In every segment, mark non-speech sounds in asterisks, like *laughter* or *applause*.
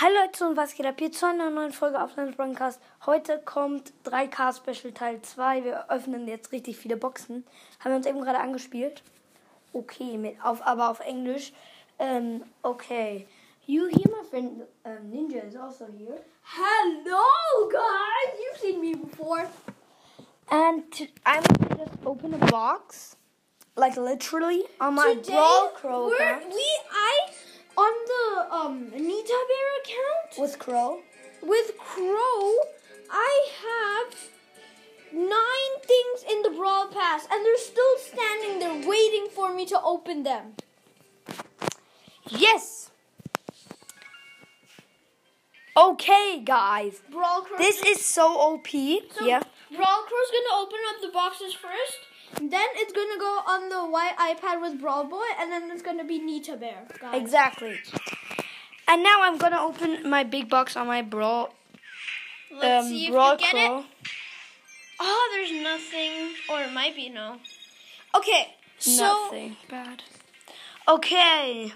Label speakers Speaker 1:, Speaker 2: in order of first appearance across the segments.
Speaker 1: Hallo Leute und was geht ab? Hier zu einer neuen Folge Offline Broadcast. Heute kommt 3K Special Teil 2. Wir öffnen jetzt richtig viele Boxen. Haben wir uns eben gerade angespielt. Okay, mit auf, aber auf Englisch. Ähm, okay. You hear my friend ähm, Ninja is also here.
Speaker 2: Hello, guys! You've seen me before.
Speaker 1: And t- I'm gonna just open a box. Like literally on my
Speaker 2: Today,
Speaker 1: Brawl Crow
Speaker 2: we're,
Speaker 1: account.
Speaker 2: we I on the um Nita Bear account
Speaker 1: With Crow.
Speaker 2: with Crow. I have nine things in the Brawl Pass, and they're still standing there waiting for me to open them.
Speaker 1: Yes! Okay, guys.
Speaker 2: Brawl Crow.
Speaker 1: This is so OP.
Speaker 2: so
Speaker 1: yeah.
Speaker 2: Brawl Crow's gonna open up the boxes first. Then it's gonna go on the white iPad with Brawl Boy, and then it's gonna be Nita Bear. Guys.
Speaker 1: Exactly. And now I'm gonna open my big box on my brawl.
Speaker 2: Let's
Speaker 1: um,
Speaker 2: see if
Speaker 1: brawl
Speaker 2: you get
Speaker 1: crawl.
Speaker 2: it. Oh, there's nothing, or it might be no. Okay, so
Speaker 1: Nothing bad. Okay.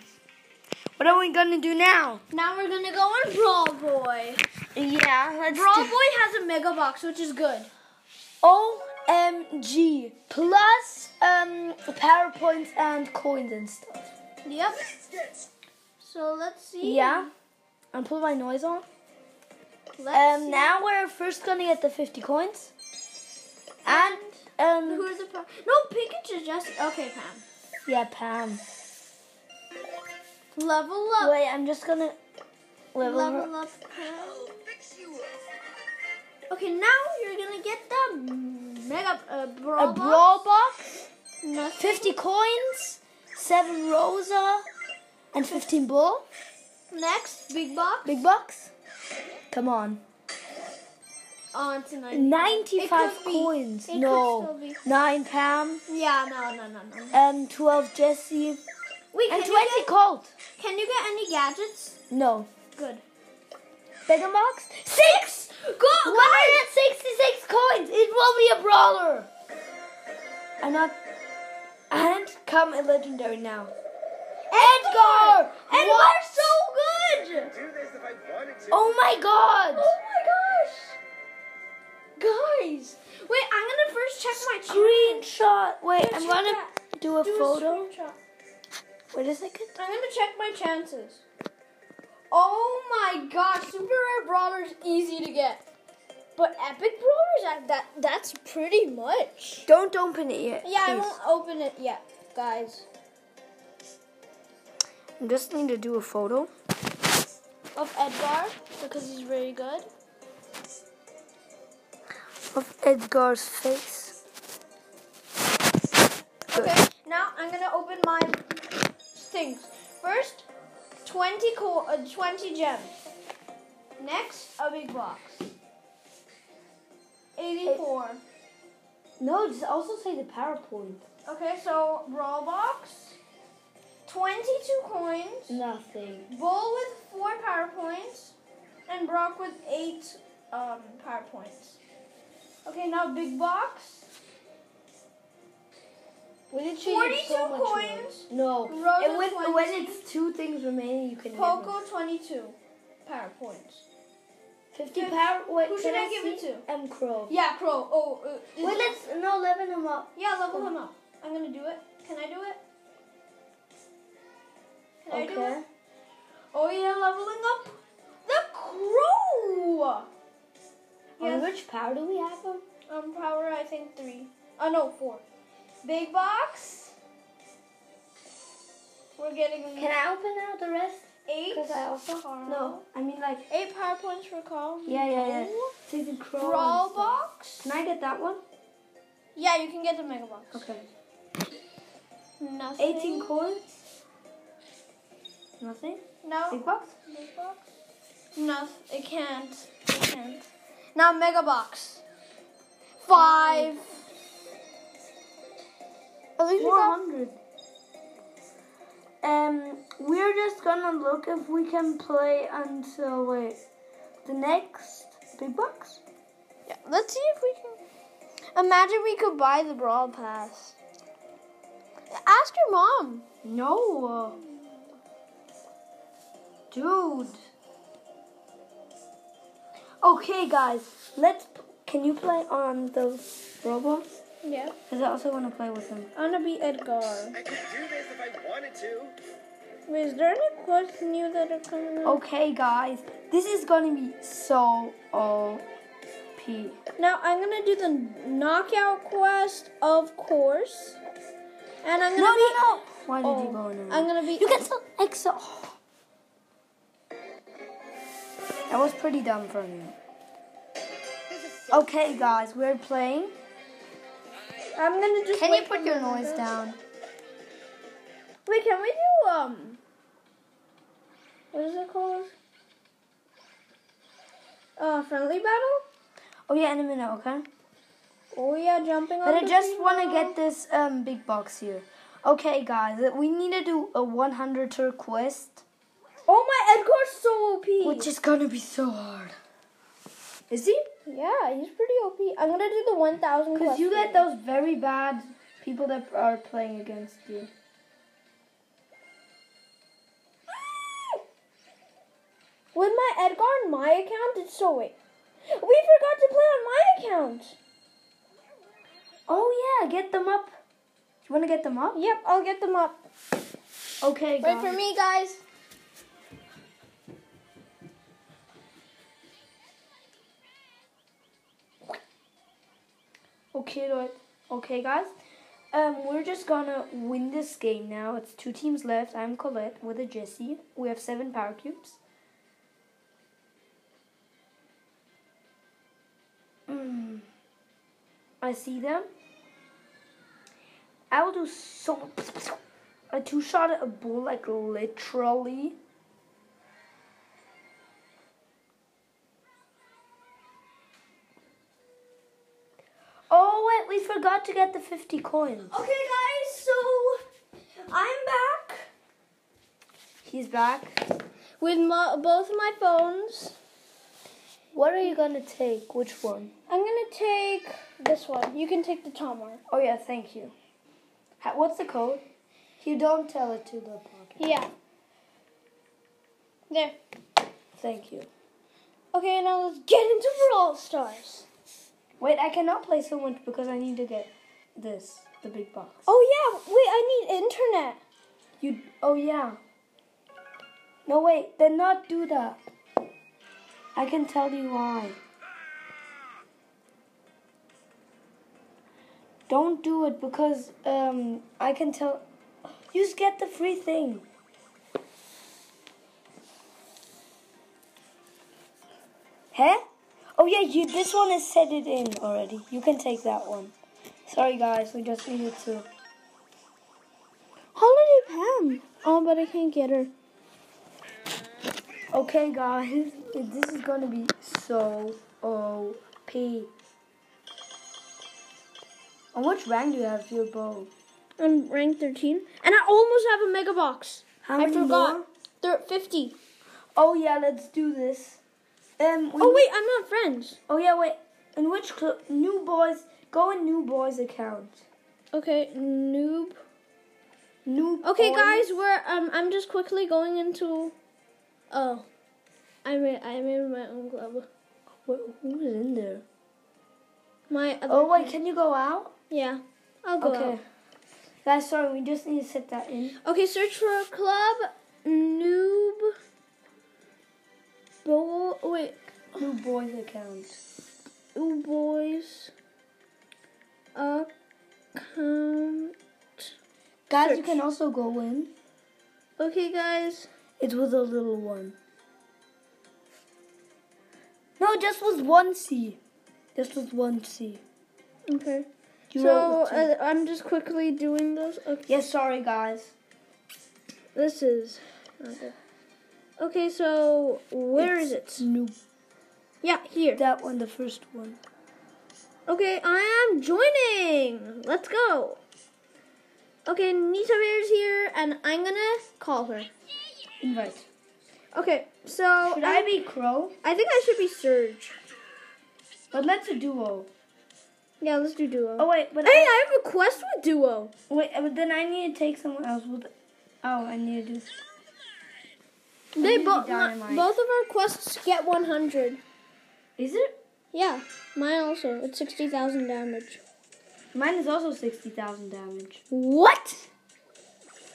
Speaker 1: What are we gonna do now?
Speaker 2: now we're gonna go on Brawl Boy.
Speaker 1: Yeah, let's
Speaker 2: Brawl Boy has a mega box, which is good.
Speaker 1: Oh, eh, OMG plus um power points and coins and stuff.
Speaker 2: Yep. So let's see.
Speaker 1: Yeah. And put my noise on.
Speaker 2: Let's
Speaker 1: Um
Speaker 2: see.
Speaker 1: now we're first gonna get the 50 coins. And um
Speaker 2: Who's the pro- no Pikachu? Just okay, Pam.
Speaker 1: yeah, Pam.
Speaker 2: Level up.
Speaker 1: Wait, I'm just gonna level her-
Speaker 2: Level up. Okay, now you're gonna get the mega uh, Brawl
Speaker 1: a
Speaker 2: box.
Speaker 1: brawl box,
Speaker 2: Nothing.
Speaker 1: 50 coins, 7 Rosa, and 15 ball.
Speaker 2: Next big box
Speaker 1: Big box. Come on.
Speaker 2: on tonight.
Speaker 1: 95
Speaker 2: could be.
Speaker 1: coins.
Speaker 2: It
Speaker 1: no.
Speaker 2: could still
Speaker 1: 9 Pam,
Speaker 2: Yeah, no, no, no, no.
Speaker 1: um, 12 Jesse,
Speaker 2: Wait,
Speaker 1: and 20
Speaker 2: can you get,
Speaker 1: Colt.
Speaker 2: can you get any gadgets?
Speaker 1: No.
Speaker 2: Good.
Speaker 1: Bigger box? 6!
Speaker 2: Go, go.
Speaker 1: 166 coins! It will be a brawler! And, not, and come a legendary now. Edgar!
Speaker 2: And
Speaker 1: What?
Speaker 2: we're so good.
Speaker 3: Do this if I wanted to.
Speaker 1: Oh my god!
Speaker 2: Oh my gosh, guys! Wait, I'm gonna first check my cheat.
Speaker 1: Screenshot. Wait,
Speaker 2: Don't
Speaker 1: I'm
Speaker 2: you
Speaker 1: gonna
Speaker 2: dare.
Speaker 1: do a
Speaker 2: Do a
Speaker 1: photo.
Speaker 2: screenshot.
Speaker 1: Wait a second.
Speaker 2: I'm gonna check my chances. Oh my gosh, super rare brawler's easy to get, but epic brawlers that that's pretty much.
Speaker 1: Don't open it yet.
Speaker 2: Yeah, I
Speaker 1: please.
Speaker 2: won't open it yet, guys.
Speaker 1: I'm just need to do a photo.
Speaker 2: Of Edgar because he's really good.
Speaker 1: Of Edgar's face. Good.
Speaker 2: Okay, now I'm gonna open my things. First, 20 co- uh, 20 gems. Next, a big box. 84.
Speaker 1: No, just also say the PowerPoint.
Speaker 2: Okay, so raw box. 22 coins.
Speaker 1: Nothing.
Speaker 2: Bull with 4 power points. And Brock with 8 um, power points. Okay, now big box.
Speaker 1: We did
Speaker 2: 42 coins.
Speaker 1: No.
Speaker 2: Rosa
Speaker 1: and when, when
Speaker 2: 20.
Speaker 1: it's two things remaining, you can. have them.
Speaker 2: Poco 22 power points.
Speaker 1: 50
Speaker 2: Fif-
Speaker 1: power. Wait,
Speaker 2: who
Speaker 1: can
Speaker 2: should I give it
Speaker 1: see?
Speaker 2: to?
Speaker 1: M. Crow.
Speaker 2: Yeah, Crow. Oh, uh, is
Speaker 1: Wait,
Speaker 2: it-
Speaker 1: let's. No, level him up.
Speaker 2: yeah, level him up. I'm gonna do it. Can I do it? Can I do
Speaker 1: okay.
Speaker 2: it? Oh yeah, leveling up the Crow.
Speaker 1: On
Speaker 2: Yes,
Speaker 1: which power do we have him?
Speaker 2: um, power I think three. Oh no, four. Big box. We're getting
Speaker 1: Can I open out the rest?
Speaker 2: eight.
Speaker 1: Because I also.
Speaker 2: Carl.
Speaker 1: No, I mean like.
Speaker 2: Eight power points for Carl.
Speaker 1: Yeah, yeah, yeah.
Speaker 2: No.
Speaker 1: See the crow.
Speaker 2: Brawl
Speaker 1: and stuff.
Speaker 2: box.
Speaker 1: Can I get that one?
Speaker 2: Yeah, you can get the mega box.
Speaker 1: Okay.
Speaker 2: Nothing.
Speaker 1: 18 coins. Nothing.
Speaker 2: No.
Speaker 1: Big box.
Speaker 2: Big box? No, it can't. It can't. Now mega box. Five.
Speaker 1: At least
Speaker 2: we got-
Speaker 1: 400. Um, we're just gonna look if we can play until wait the next big box.
Speaker 2: Yeah, let's see if we can. Imagine we could buy the brawl pass. Ask your mom.
Speaker 1: No, dude. Okay, guys, let's. Can you play on the robots?
Speaker 2: Yeah.
Speaker 1: Because I also want to play with them.
Speaker 2: I wanna be Edgar.
Speaker 3: I could do this if I wanted to.
Speaker 2: Wait, is there any quotes new that are coming out?
Speaker 1: Okay, guys, this is gonna be so OP.
Speaker 2: Now I'm gonna do the knockout quest, of course. And I'm gonna
Speaker 1: No,
Speaker 2: be
Speaker 1: no, no! Why did you go
Speaker 2: Oh,
Speaker 1: in?
Speaker 2: I'm gonna be
Speaker 1: You can still exit. Oh. That was pretty dumb from you. Okay, guys, we're playing.
Speaker 2: I'm gonna just
Speaker 1: Can you
Speaker 2: wait
Speaker 1: put
Speaker 2: for
Speaker 1: your
Speaker 2: Amanda.
Speaker 1: noise down?
Speaker 2: Wait, can we do um what is it called? Uh friendly battle?
Speaker 1: Oh yeah, in a minute, okay.
Speaker 2: Oh yeah, jumping on
Speaker 1: But I
Speaker 2: the
Speaker 1: just
Speaker 2: people.
Speaker 1: want to get this um big box here. Okay, guys, we need to do a 100 tur quest,
Speaker 2: Oh my Edgar's so OP.
Speaker 1: which is gonna be so hard. Is he?
Speaker 2: yeah, he's pretty OP. I'm gonna do the one thousand
Speaker 1: Because you get those very bad people that are playing against you.
Speaker 2: With my Edgar on my account, it's so wait. We forgot to play on my account.
Speaker 1: Oh yeah, get them up. You wanna get them up?
Speaker 2: Yep, I'll get them up.
Speaker 1: Okay,
Speaker 2: Wait
Speaker 1: guys.
Speaker 2: for me, guys.
Speaker 1: Okay, Leute. Okay, guys. Um, we're just gonna win this game now. It's two teams left. I'm Colette with a Jesse. We have seven power cubes. Mm. I see them. I will do so. I two shot a bull like literally. Oh wait, we forgot to get the fifty coins.
Speaker 2: Okay, guys. So I'm back
Speaker 1: He's back.
Speaker 2: with my, both my phones.
Speaker 1: What are you gonna take? Which one?
Speaker 2: I'm gonna take this one. You can take the Tomar.
Speaker 1: Oh yeah, thank you. Ha- What's the code? You don't tell it to the podcast.
Speaker 2: Yeah. There.
Speaker 1: Thank you.
Speaker 2: Okay, now let's get into Brawl Stars.
Speaker 1: Wait, I cannot play so much because I need to get this, the big box.
Speaker 2: Oh yeah. Wait, I need internet.
Speaker 1: You. Oh yeah. No wait, then not do that. I can tell you why. Don't do it because um I can tell. You just get the free thing. Huh? Oh yeah, you. This one is set it in already. You can take that one. Sorry guys, we just needed to.
Speaker 2: Holiday Pam. Oh, but I can't get her.
Speaker 1: Okay, guys, *laughs* this is gonna be so OP. And which rank do you have for your bow?
Speaker 2: I'm ranked 13, and I almost have a mega box.
Speaker 1: How
Speaker 2: I
Speaker 1: many
Speaker 2: forgot.
Speaker 1: more?
Speaker 2: Thir 50.
Speaker 1: Oh yeah, let's do this. Um. we-
Speaker 2: Oh wait, I'm not friends.
Speaker 1: Oh yeah, wait. In which cl- new boys? Go in new boys account.
Speaker 2: Okay, noob.
Speaker 1: New.
Speaker 2: Okay,
Speaker 1: boys.
Speaker 2: guys, we're um. I'm just quickly going into. Oh, I made I made my own club.
Speaker 1: Wait, who's in there?
Speaker 2: My other.
Speaker 1: Oh wait, can you go out?
Speaker 2: Yeah, I'll go.
Speaker 1: okay.
Speaker 2: out.
Speaker 1: Guys, sorry, we just need to set that in.
Speaker 2: Okay, search for a club noob. Bo wait,
Speaker 1: New boys account.
Speaker 2: ooh boys. Account.
Speaker 1: Guys, you
Speaker 2: Search.
Speaker 1: can also go in.
Speaker 2: Okay, guys.
Speaker 1: It was a little one. No, just was one C. Just was one C.
Speaker 2: Okay.
Speaker 1: You
Speaker 2: so
Speaker 1: wrote with two.
Speaker 2: uh, I'm just quickly doing those. Okay.
Speaker 1: yeah, sorry guys.
Speaker 2: This is. Okay. Okay, so where is it?
Speaker 1: New.
Speaker 2: Yeah, here.
Speaker 1: That one, the first one.
Speaker 2: Okay, I am joining. Let's go. Okay, Nita Bear's here, and I'm gonna call her.
Speaker 1: Invite.
Speaker 2: Okay, so
Speaker 1: Should I be crow?
Speaker 2: I think I should be Surge.
Speaker 1: But let's a duo.
Speaker 2: Yeah, let's do Duo.
Speaker 1: Oh wait, but
Speaker 2: hey,
Speaker 1: I,
Speaker 2: I have a quest with Duo.
Speaker 1: wait, but then I need to take someone else with. Oh, I need to do.
Speaker 2: They
Speaker 1: need
Speaker 2: both
Speaker 1: dynamite.
Speaker 2: both of our quests get 100.
Speaker 1: Is it?
Speaker 2: Yeah, mine also. It's 60,000 damage.
Speaker 1: Mine is also 60,000 damage.
Speaker 2: What?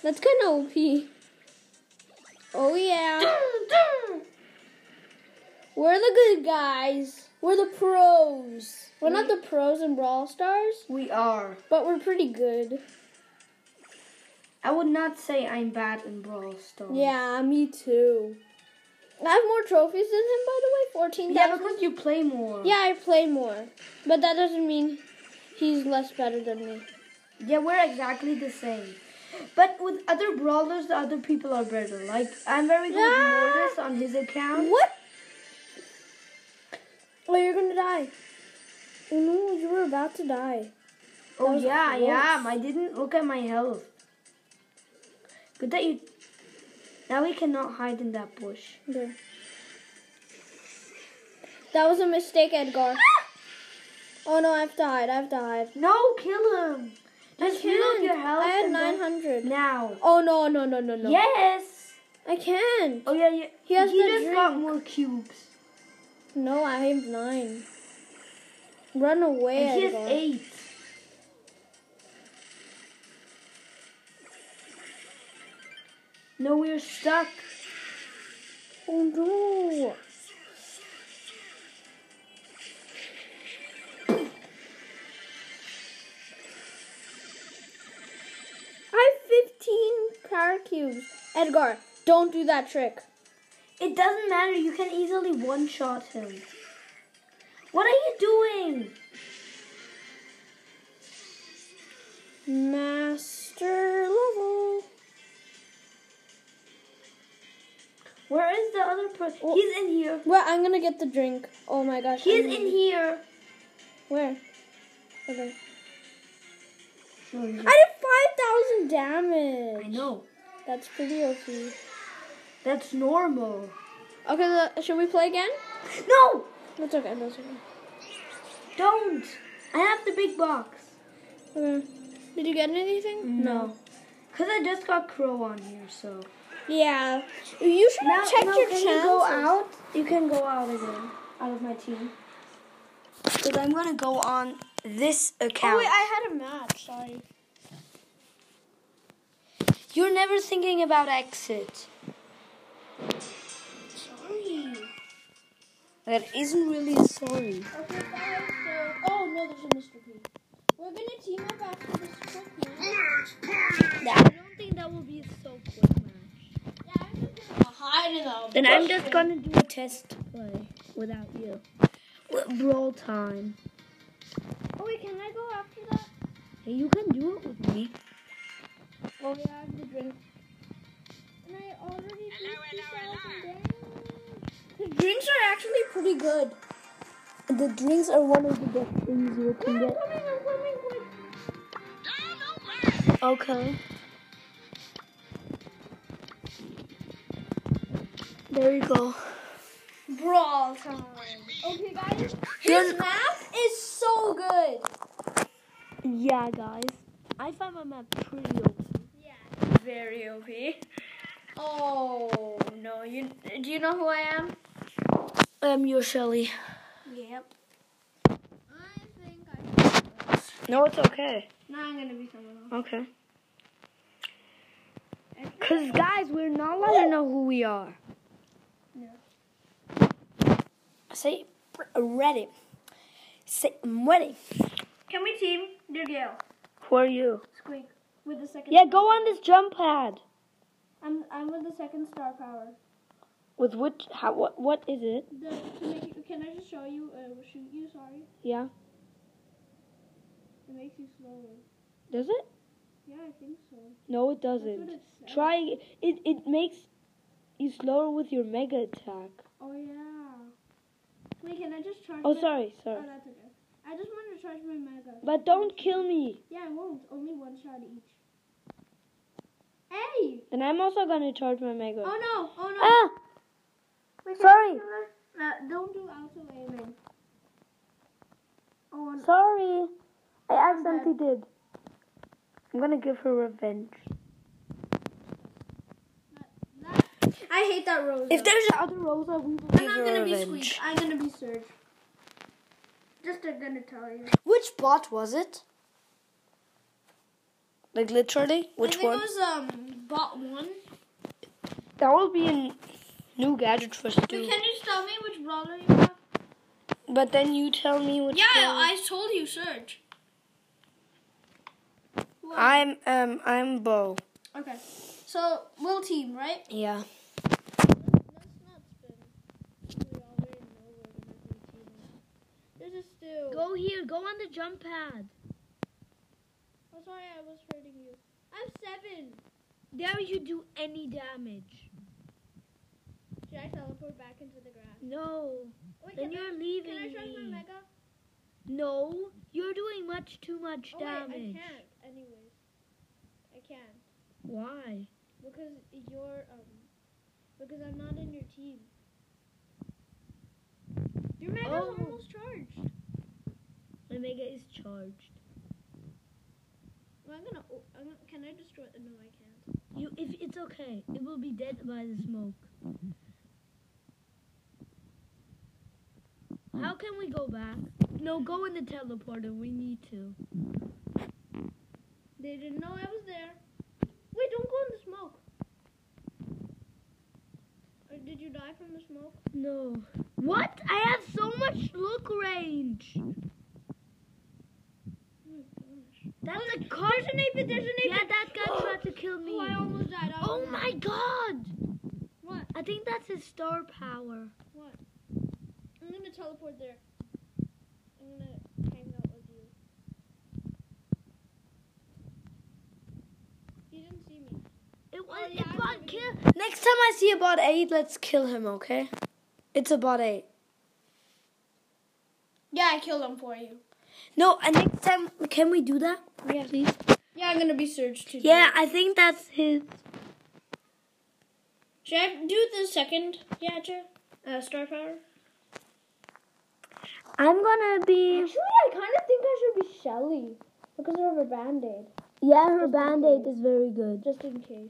Speaker 2: That's kind of OP. Oh,
Speaker 1: *clears throat*
Speaker 2: yeah. We're the good guys. We're the pros. We're not the pros in Brawl Stars,
Speaker 1: We are.
Speaker 2: but we're pretty good.
Speaker 1: I would not say I'm bad in Brawl Stars.
Speaker 2: Yeah, me too. I have more trophies than him, by the way. 14,000.
Speaker 1: Yeah, because you play more.
Speaker 2: Yeah, I play more, but that doesn't mean he's less better than me.
Speaker 1: Yeah, we're exactly the same. But with other brawlers, the other people are better. Like, I'm very good
Speaker 2: Yeah.
Speaker 1: with Mortis on his account.
Speaker 2: What? Oh, you're gonna die. Oh no, you were about to die.
Speaker 1: Oh,
Speaker 2: was
Speaker 1: yeah, I
Speaker 2: close.
Speaker 1: am. I didn't look at my health. Good that you. Now we cannot hide in that bush.
Speaker 2: There. That was a mistake, Edgar. Oh no, I have to hide. I have to hide.
Speaker 1: No, kill him. Just
Speaker 2: I
Speaker 1: reload your health.
Speaker 2: I had
Speaker 1: and then-
Speaker 2: 900.
Speaker 1: Now.
Speaker 2: Oh no, no, no, no, no.
Speaker 1: Yes.
Speaker 2: I can't.
Speaker 1: Oh yeah, yeah.
Speaker 2: He has the
Speaker 1: just
Speaker 2: drink.
Speaker 1: got more cubes.
Speaker 2: No, I have nine. Run away,
Speaker 1: And he has
Speaker 2: Edgar.
Speaker 1: eight. No, we're stuck.
Speaker 2: Oh no. I have 15 power cubes. Edgar, don't do that trick.
Speaker 1: It doesn't matter. You can easily one shot him. What are you doing?
Speaker 2: Master level.
Speaker 1: Where is the other person?
Speaker 2: Oh.
Speaker 1: He's in here.
Speaker 2: Well, I'm gonna get the drink. Oh my gosh.
Speaker 1: He's
Speaker 2: I'm-
Speaker 1: in here.
Speaker 2: Where? Okay.
Speaker 1: No,
Speaker 2: I did 5,000 damage.
Speaker 1: I know.
Speaker 2: That's pretty OP. Okay,
Speaker 1: That's normal.
Speaker 2: the- should we play again?
Speaker 1: No,
Speaker 2: That's okay. That's okay.
Speaker 1: don't. I have the big box.
Speaker 2: Okay. Did you get anything?
Speaker 1: No. Mm. Cause I just got crow on here, so.
Speaker 2: Yeah. You should
Speaker 1: Now,
Speaker 2: have check
Speaker 1: now
Speaker 2: your
Speaker 1: can you
Speaker 2: chances.
Speaker 1: go out? You can go out again, out of my team. Cause I'm gonna go on this account.
Speaker 2: Oh wait, I had a match. Sorry.
Speaker 1: You're never thinking about exit.
Speaker 2: Sorry.
Speaker 1: That isn't really sorry.
Speaker 2: Okay, guys. So, oh no, there's a Mr. P. We're gonna team up after this quick match.
Speaker 1: I don't think that will be so quick, man.
Speaker 2: Yeah, I'm just gonna hide in the.
Speaker 1: Then I'm just gonna do a test play without you. With brawl time.
Speaker 2: Oh wait, can I go after that?
Speaker 1: Hey, you can do it with me.
Speaker 2: Oh yeah, I have the drink. And I already hello, The drinks are actually pretty good.
Speaker 1: The drinks are one of the best things you can
Speaker 2: I'm coming, I'm coming, quick.
Speaker 1: Okay. There you go.
Speaker 2: Brawl time. Okay, guys. This
Speaker 1: You're-
Speaker 2: map is so good.
Speaker 1: Yeah, guys. I found my map pretty open.
Speaker 2: Yeah.
Speaker 1: Very OP.
Speaker 2: Oh no! You do you know who I am?
Speaker 1: Um, you're Shelly.
Speaker 2: Yep. I think I.
Speaker 1: No, it's okay.
Speaker 2: Now I'm gonna be someone else.
Speaker 1: Okay. Cause guys, we're not letting know who we are.
Speaker 2: No.
Speaker 1: Say ready. Say ready.
Speaker 2: Can we team? Dear Gale.
Speaker 1: Who are you?
Speaker 2: Squeak. With the second.
Speaker 1: Yeah, go on this jump pad.
Speaker 2: I'm I'm with the second star power.
Speaker 1: With which? How? What? What is it?
Speaker 2: The, to make it, can I just show you? Uh, shoot you? Sorry.
Speaker 1: Yeah.
Speaker 2: It makes you slower.
Speaker 1: Does it?
Speaker 2: Yeah, I think so.
Speaker 1: No, it
Speaker 2: That's what
Speaker 1: doesn't.
Speaker 2: it says.
Speaker 1: Try it. It makes you slower with your mega attack.
Speaker 2: Oh yeah. Wait, can I just charge?
Speaker 1: Oh,
Speaker 2: my-
Speaker 1: sorry,
Speaker 2: Oh,
Speaker 1: sorry.
Speaker 2: that's okay. I just wanted to charge my mega.
Speaker 1: But don't kill me.
Speaker 2: Yeah, I won't. Only one shot each. Hey!
Speaker 1: And I'm also gonna charge my mega.
Speaker 2: Oh no! Oh no!
Speaker 1: Ah!
Speaker 2: Wait,
Speaker 1: sorry.
Speaker 2: No, Uh, don't do auto aiming. Oh, no.
Speaker 1: Sorry. I accidentally did. I'm gonna give her revenge.
Speaker 2: I hate that rose.
Speaker 1: If there's another Rosa, we will
Speaker 2: I'm
Speaker 1: give
Speaker 2: not
Speaker 1: her
Speaker 2: gonna be
Speaker 1: revenge.
Speaker 2: squeak. I'm gonna be surge.
Speaker 4: just not gonna tell you.
Speaker 1: Which bot was it? Like literally,
Speaker 2: I
Speaker 1: which
Speaker 2: think
Speaker 1: one?
Speaker 2: it was um bot one.
Speaker 1: that will be a new gadget for Stu.
Speaker 4: Can you just tell me which brawler you have?
Speaker 1: But then you tell me which.
Speaker 2: Yeah,
Speaker 1: one.
Speaker 2: I told you search.
Speaker 1: I'm um I'm Bo.
Speaker 2: Okay. So will team, right?
Speaker 1: Yeah.
Speaker 4: There's a stew.
Speaker 5: Go here, go on the jump pad.
Speaker 4: I'm sorry, I was hurting you. I have seven.
Speaker 5: There you do any damage.
Speaker 4: Should I teleport back into the grass? Oh,
Speaker 5: No.
Speaker 4: Wait,
Speaker 5: Then
Speaker 4: can
Speaker 5: you're
Speaker 4: I,
Speaker 5: leaving
Speaker 4: Can I charge
Speaker 5: me.
Speaker 4: my mega?
Speaker 5: No, you're doing much too much
Speaker 4: Oh,
Speaker 5: damage.
Speaker 4: wait, I can't. Anyways, I can't
Speaker 5: Why?
Speaker 4: because you're um because I'm not in your team. Your mega's
Speaker 5: Oh.
Speaker 4: almost charged.
Speaker 5: My mega is charged.
Speaker 4: Well, I'm gonna. Oh, I'm gonna can I destroy? No, I can't.
Speaker 5: You, if it's okay, it will be dead by the smoke. How can we go back? No, go in the teleporter. We need to.
Speaker 4: They didn't know I was there. Wait, don't go in the smoke. Or did you die from the smoke?
Speaker 5: No. What? I have so much look range. That's a car. There's an ape. There's an ape. Yeah, that guy tried to kill me.
Speaker 4: Oh, I almost died. I
Speaker 5: Oh
Speaker 4: almost
Speaker 5: my god!
Speaker 4: What?
Speaker 5: I think that's his star power.
Speaker 4: I'm gonna teleport there. I'm gonna hang out with you. You didn't see me.
Speaker 5: It was
Speaker 4: Oh, yeah,
Speaker 5: it
Speaker 4: I
Speaker 5: brought
Speaker 4: remember
Speaker 5: kill.
Speaker 1: Next time I see a bot eight, let's kill him. Okay? It's a bot eight.
Speaker 2: Yeah, I killed him for you.
Speaker 1: No, and next time can we do that?
Speaker 5: Yeah, please.
Speaker 2: Yeah, I'm gonna be searched today.
Speaker 1: Yeah, I think that's his.
Speaker 2: Should I do the second gadget? Uh, star power.
Speaker 1: I'm gonna be.
Speaker 4: Actually, I kind of think I should be Shelly because of her band aid,
Speaker 5: Yeah, her band aid is very good.
Speaker 4: just in case.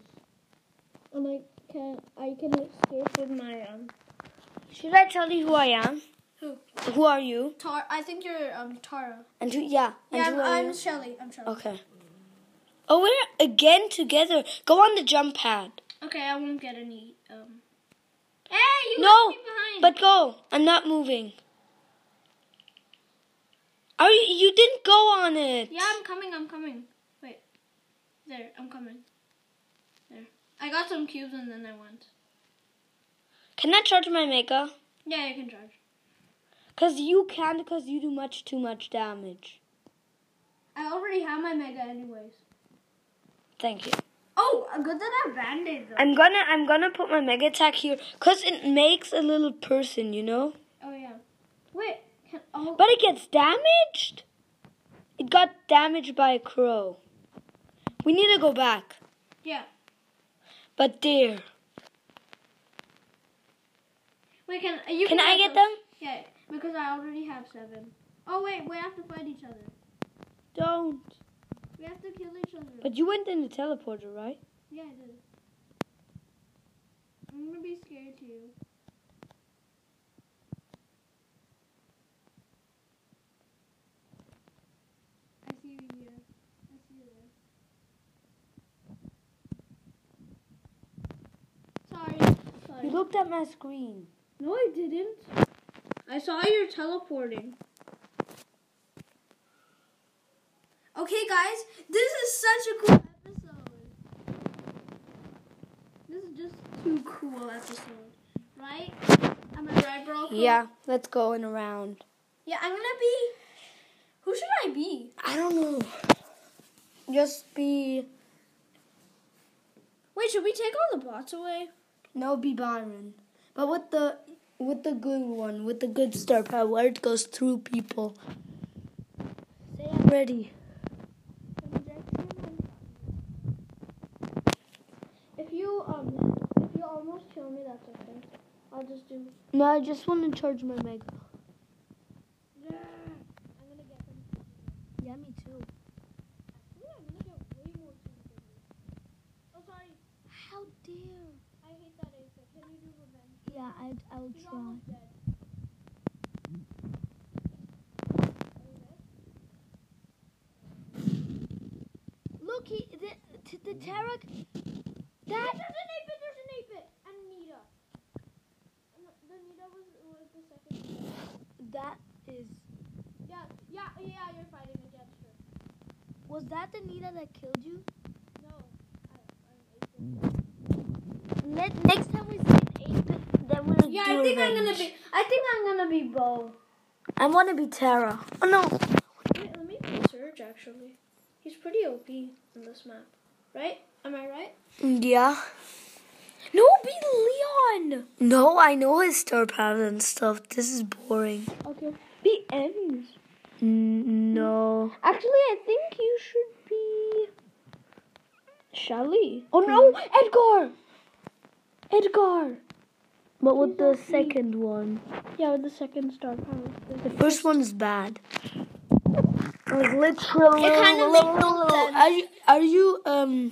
Speaker 4: And I can I can escape with my um.
Speaker 1: Should I tell you who I am?
Speaker 2: Who?
Speaker 1: Who are you?
Speaker 2: Tar. I think you're um Tara.
Speaker 1: And who? Yeah. And
Speaker 2: Yeah,
Speaker 1: who
Speaker 2: I'm,
Speaker 1: are
Speaker 2: I'm
Speaker 1: you?
Speaker 2: Shelly. I'm Shelly.
Speaker 1: Okay. Oh, we're again together. Go on the jump pad.
Speaker 2: Okay, I won't get any. Um. Hey, you
Speaker 1: No,
Speaker 2: left me behind.
Speaker 1: but go. I'm not moving. Are you? You didn't go on it.
Speaker 2: yeah, I'm coming. I'm coming. Wait, there. I'm coming. There. I got some cubes and then I went.
Speaker 1: Can I charge my mega?
Speaker 2: Yeah, you can charge.
Speaker 1: Cause you can, because you do much too much damage.
Speaker 2: I already have my mega anyways.
Speaker 1: Thank you.
Speaker 2: Oh, uh, good that I have band-aid though.
Speaker 1: I'm gonna, I'm gonna put my mega attack here, cause it makes a little person, you know.
Speaker 2: Oh yeah. Wait. Can, oh.
Speaker 1: But it gets damaged. It got damaged by a crow. We need to go back.
Speaker 2: yeah.
Speaker 1: But there,
Speaker 2: Wait. Can uh, you?
Speaker 1: can I get
Speaker 2: those.
Speaker 1: them?
Speaker 2: Yeah, because I already have seven. Oh wait, we have to fight each other.
Speaker 1: Don't.
Speaker 2: We have to kill each other.
Speaker 1: But you went in the teleporter, right?
Speaker 2: yeah, I did. I'm gonna be scared too. I see you here. I see you there. Sorry. Sorry.
Speaker 1: You looked at my screen.
Speaker 2: No, I didn't. I saw you teleporting. Okay, guys, this is such a cool episode. This is just too cool episode, right? Am I right, bro?
Speaker 1: Yeah, let's go in a round.
Speaker 2: Yeah, I'm gonna be. Who should I be?
Speaker 1: I don't know. Just be
Speaker 2: Wait, should we take all the bots away?
Speaker 1: no be Byron, but with the with the good one, with the good star power, where it goes through people. Say I'm ready.
Speaker 4: If you um if you almost kill me, that's okay. I'll just do.
Speaker 1: No, I just want to charge my mega.
Speaker 4: I'm gonna get them.
Speaker 5: Yeah, me too.
Speaker 4: Ooh, I'm gonna get way more kills than you. Oh sorry,
Speaker 5: How dare?
Speaker 4: I hate that Asa. Can you do revenge?
Speaker 5: Yeah, I, I'll
Speaker 4: He's
Speaker 5: try.
Speaker 4: almost dead.
Speaker 6: Tarek.
Speaker 5: That
Speaker 6: That
Speaker 5: there's an ape it, there's an ape it. And Nita. And the, the Nita was, was the second.
Speaker 6: that is
Speaker 5: Yeah, yeah, yeah, you're fighting against her.
Speaker 6: was that the Nita that killed you?
Speaker 5: No. I, I'm ape.
Speaker 6: Let next time we see an ape, then we'll
Speaker 2: Yeah,
Speaker 1: Do
Speaker 2: I think I'm
Speaker 1: revenge.
Speaker 2: gonna be. I think I'm gonna be Bo.
Speaker 1: I want to be Tara. Oh no.
Speaker 2: Wait, let me search actually. He's pretty OP in this map, right? Am I right?
Speaker 1: Yeah.
Speaker 2: No, be Leon.
Speaker 1: No, I know his star power and stuff. This is boring.
Speaker 2: Okay. Be Ems.
Speaker 1: N- no.
Speaker 2: Actually, I think you should be Shelly. Oh no, Edgar. Edgar.
Speaker 1: But with the second one?
Speaker 2: Yeah, with the second star power.
Speaker 1: The first one's bad. Like literally.
Speaker 2: kinda makes no sense.
Speaker 1: Oh, Are you, are you um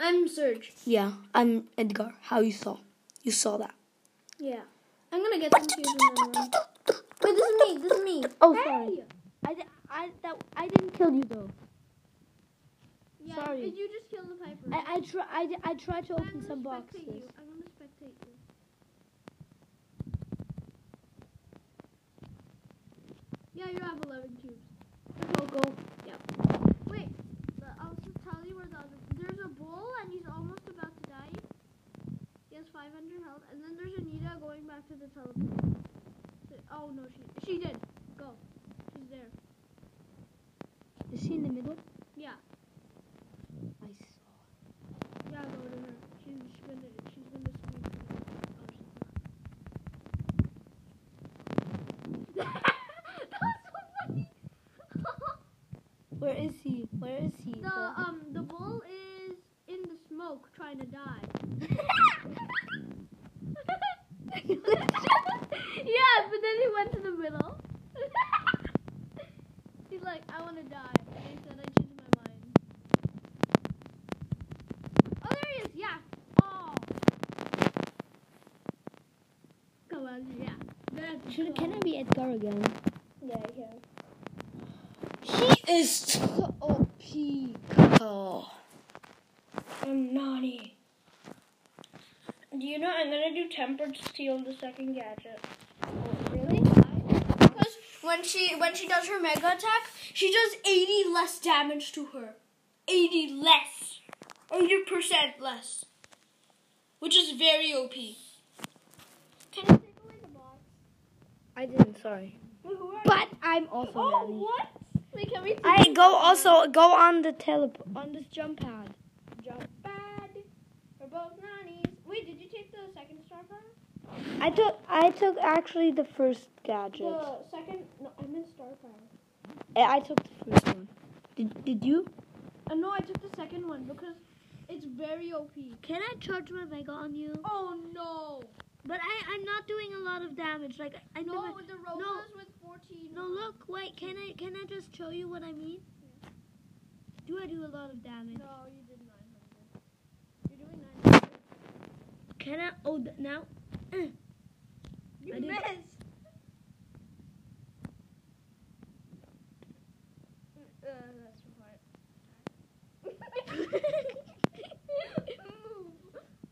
Speaker 2: I'm Surge.
Speaker 1: yeah, I'm Edgar. How you saw? You saw that.
Speaker 2: Yeah. I'm gonna get confused in that one. Wait, this is me. This is me.
Speaker 1: Oh sorry.
Speaker 6: I, di- I, that, I didn't kill you though.
Speaker 5: Yeah,
Speaker 6: Sorry.
Speaker 5: you just killed the Piper.
Speaker 6: I I try I, di- I tried to
Speaker 5: I'm
Speaker 6: open
Speaker 5: gonna
Speaker 6: some
Speaker 5: spectate
Speaker 6: boxes.
Speaker 5: You. I'm gonna spectate you. Yeah, you have 11 cubes.
Speaker 2: Go, go.
Speaker 5: Wait, but I'll just tell you where the other. There's a bull and he's almost about to die. He has 500 health, and then there's Anita going back to the teleport. So- Oh no, she she did. Go, she's there.
Speaker 6: Is she in the middle?
Speaker 5: Yeah,
Speaker 6: I
Speaker 5: yeah, go to her. She's, she's gonna she's gonna scream. Oh, she's not. *laughs* that was so funny. *laughs*
Speaker 6: Where is he? Where is he?
Speaker 5: the um the bull is in the smoke trying to die. *laughs* *laughs* yeah, but then he went to the middle. *laughs* He's like, I want to die. And he said, I changed my mind. Oh, there he is. Yeah. Oh. Come on. Yeah. That's
Speaker 6: Should, can
Speaker 5: cool.
Speaker 6: I be Edgar again?
Speaker 2: Yeah, I can.
Speaker 1: He is so OP. Oh.
Speaker 2: I'm naughty. Do you know I'm gonna do tempered steel the second gadget? Really? Because when she when she does her mega attack, she does 80 less damage to her. 80 less. 80% less. Which is very OP.
Speaker 5: Can you take away the box?
Speaker 6: I didn't. Sorry.
Speaker 5: Wait, who are
Speaker 6: But I'm also
Speaker 5: Oh,
Speaker 6: Manny.
Speaker 5: what? Wait, can we
Speaker 1: I go also go on the tele on this jump pad.
Speaker 5: Jump bad. We're both nannies. Wait, did you take the second star power?
Speaker 1: I took I took actually the first gadget. Eh,
Speaker 5: The second? No, I meant star power.
Speaker 1: I I took the first one. Did, did you?
Speaker 5: Uh, no, I took the second one because it's very OP.
Speaker 6: Can I charge my mega on you?
Speaker 5: Oh no!
Speaker 6: But I I'm not doing a lot of damage. Like I know.
Speaker 5: No, the Rosa's with 14.
Speaker 6: No, look, wait. Can I can I just show you what I mean? Do I do a lot of damage?
Speaker 5: No, you did 900. You're doing 900.
Speaker 6: Can I? Oh, th- now.
Speaker 5: You
Speaker 6: I did-
Speaker 5: missed! Uh, that's right.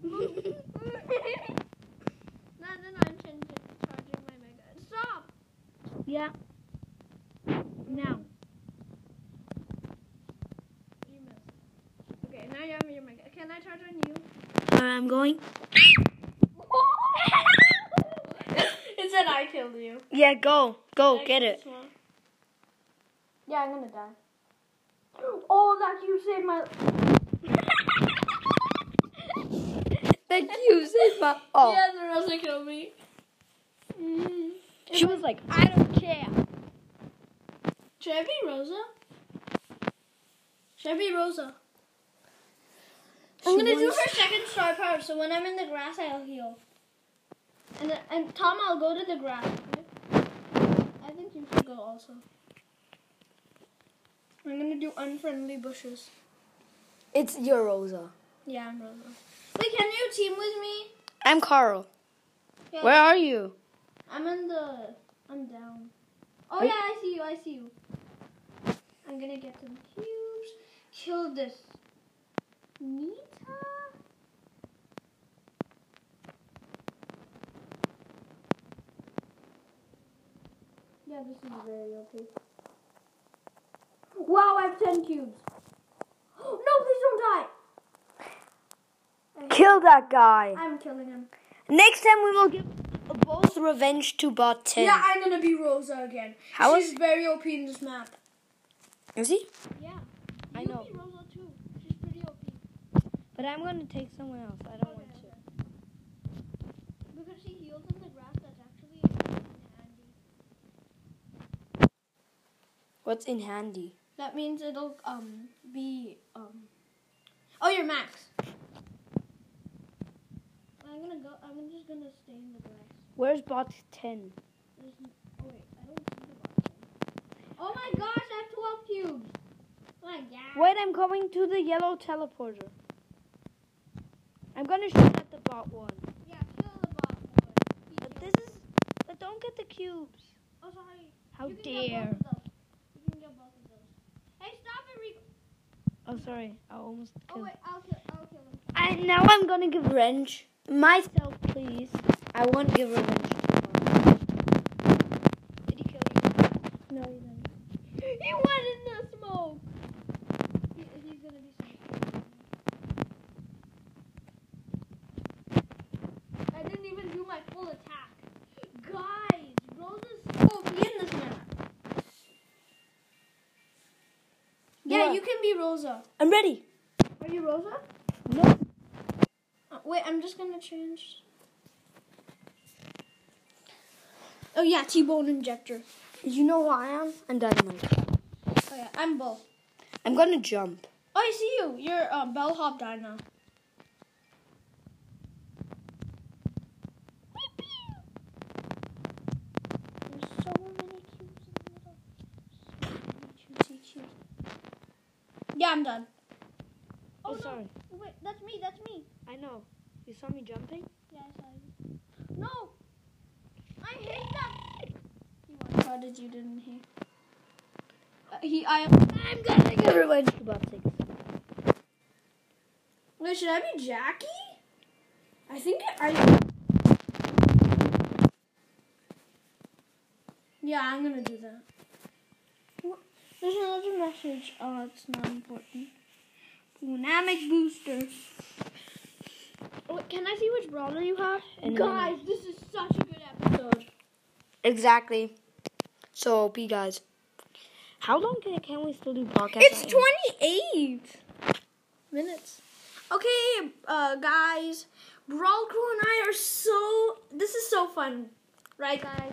Speaker 5: Move. Move. no, no, no, I'm changing, charging my mega. Stop!
Speaker 6: Yeah. Now.
Speaker 5: You missed. Okay, now you have your mega. Can I charge on you?
Speaker 1: Where I'm going? Oh,
Speaker 2: It said I killed you.
Speaker 1: Yeah, go go Oh, get it.
Speaker 2: Yeah, I'm gonna die. *gasps* Oh, that you saved
Speaker 5: *laughs*
Speaker 2: my. *laughs*
Speaker 1: Thank you, save my. Oh, Mm.
Speaker 2: Yeah, the Rosa killed me.
Speaker 1: she was like,
Speaker 2: I don't care. Should I be Rosa? Should I be Rosa? I'm gonna do her second star power, so when I'm in the grass, I'll heal. And then- and Tom, I'll go to the grass. Okay? I think you should go also. I'm gonna do unfriendly bushes.
Speaker 1: it's your Rosa.
Speaker 2: Yeah, I'm Rosa. Wait, can you team with me?
Speaker 1: I'm Carl.
Speaker 2: Yeah.
Speaker 1: Where are you?
Speaker 2: I'm in the. I'm down. Oh
Speaker 1: Are you-
Speaker 2: yeah, I see you. I see you. I'm gonna get some cubes. Kill this.
Speaker 4: Nita? Yeah, this is very OP.
Speaker 2: Wow, I have 10 cubes. *gasps* no, please don't die.
Speaker 1: Kill that guy.
Speaker 4: I'm killing him.
Speaker 1: Next time we will give both revenge to bot 10.
Speaker 2: Yeah, I'm gonna be Rosa again.
Speaker 1: How
Speaker 2: She's
Speaker 1: is-
Speaker 2: very OP in this map.
Speaker 1: Is he?
Speaker 5: Yeah.
Speaker 1: I
Speaker 5: you
Speaker 1: know.
Speaker 5: be Rosa too. She's pretty OP.
Speaker 1: But I'm going to take someone else. I don't want to.
Speaker 5: Because she heals in the grass that's actually handy.
Speaker 1: What's in handy?
Speaker 2: That means it'll um be um. Oh, you're Max.
Speaker 5: I'm gonna go I'm just gonna stay in the grass.
Speaker 1: Where's bot 10?
Speaker 5: There's n- oh wait, I don't see the box. Oh my gosh, I have twelve cubes. Oh my god.
Speaker 1: Wait, I'm going to the yellow teleporter. I'm going to shoot at the bot one.
Speaker 5: Yeah, kill the bot.
Speaker 1: But this is. But don't get the cubes.
Speaker 5: Oh sorry.
Speaker 1: How
Speaker 5: you can
Speaker 1: dare.
Speaker 5: Get both of those. You can get both of those. Hey, stop it, Rico.
Speaker 1: Oh, sorry. I almost
Speaker 5: Oh
Speaker 1: killed.
Speaker 5: wait, I'll kill. I'll kill him.
Speaker 1: And now I'm gonna give revenge. Myself, please. I won't give revenge. Did he kill you?
Speaker 5: No, he didn't.
Speaker 2: You went in the smoke.
Speaker 5: He, he's gonna be safe.
Speaker 2: I didn't even do my full attack. Guys, Rosa's so OP in this map. Yeah,
Speaker 1: Yeah.
Speaker 2: you can be Rosa.
Speaker 1: I'm ready.
Speaker 2: Are you Rosa?
Speaker 1: No.
Speaker 2: Uh, wait, I'm just gonna change. Oh yeah, T-bone injector.
Speaker 1: You know who I am? I'm Dynamite.
Speaker 2: Oh yeah, I'm Bo.
Speaker 1: I'm gonna jump.
Speaker 2: Oh, I see you. You're um, bellhop dino. There's so many cubes in the middle. So many cubes, cubes. Yeah, I'm done.
Speaker 1: Oh,
Speaker 5: Oh, no.
Speaker 1: sorry.
Speaker 5: Wait, that's me. That's me.
Speaker 1: I know. You saw me jumping?
Speaker 5: Yeah, I saw you. No. I hate that.
Speaker 2: How did you didn't hear? Uh, he, I.
Speaker 1: I'm gonna give revenge to Bob Six.
Speaker 2: Wait, should I be Jackie? I think I. Yeah, I'm gonna do that. There's another message. Oh, it's not important. Dynamic booster.
Speaker 1: Can I see which brawler you have?
Speaker 2: Guys, this is such a good episode.
Speaker 1: Exactly. So, be guys. How long can, can we still do podcast?
Speaker 2: It's 28 minutes. Okay, uh, guys, Brawl Crew and I are so. This is so fun, right, guys?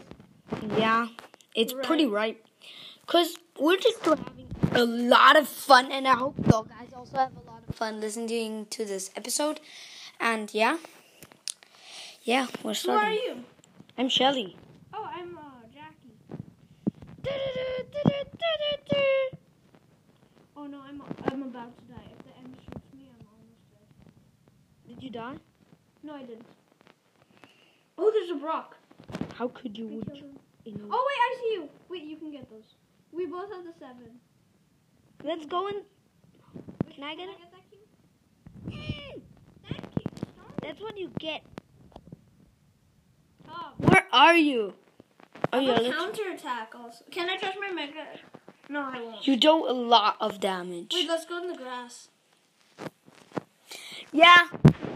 Speaker 1: Yeah, it's
Speaker 2: Right.
Speaker 1: pretty right. Because we're just having a lot of fun, and I hope you guys also have a lot of fun listening to this episode. And yeah, yeah, we're
Speaker 2: Who are
Speaker 1: starting.
Speaker 2: you?
Speaker 1: I'm Shelly.
Speaker 5: Oh, I'm uh, Jackie. Oh no, I'm I'm about to die. If the M shoots me, I'm almost dead.
Speaker 1: Did you die?
Speaker 5: No, I didn't.
Speaker 2: Oh, there's a Brock.
Speaker 1: How could you?
Speaker 5: I killed
Speaker 1: Would
Speaker 5: him.
Speaker 1: you know?
Speaker 5: Oh wait, I see you. Wait, you can get those. We both have the seven.
Speaker 1: Let's go and
Speaker 5: Wait,
Speaker 1: Can I get it?
Speaker 5: that key? That key. Stop.
Speaker 1: That's what you get.
Speaker 5: Stop.
Speaker 1: Where are you? Are you?
Speaker 2: I'm a
Speaker 1: alert?
Speaker 2: counterattack also. Can I touch my mega? No, I won't.
Speaker 1: You do a lot of damage.
Speaker 2: Wait, let's go in the grass.
Speaker 1: Yeah.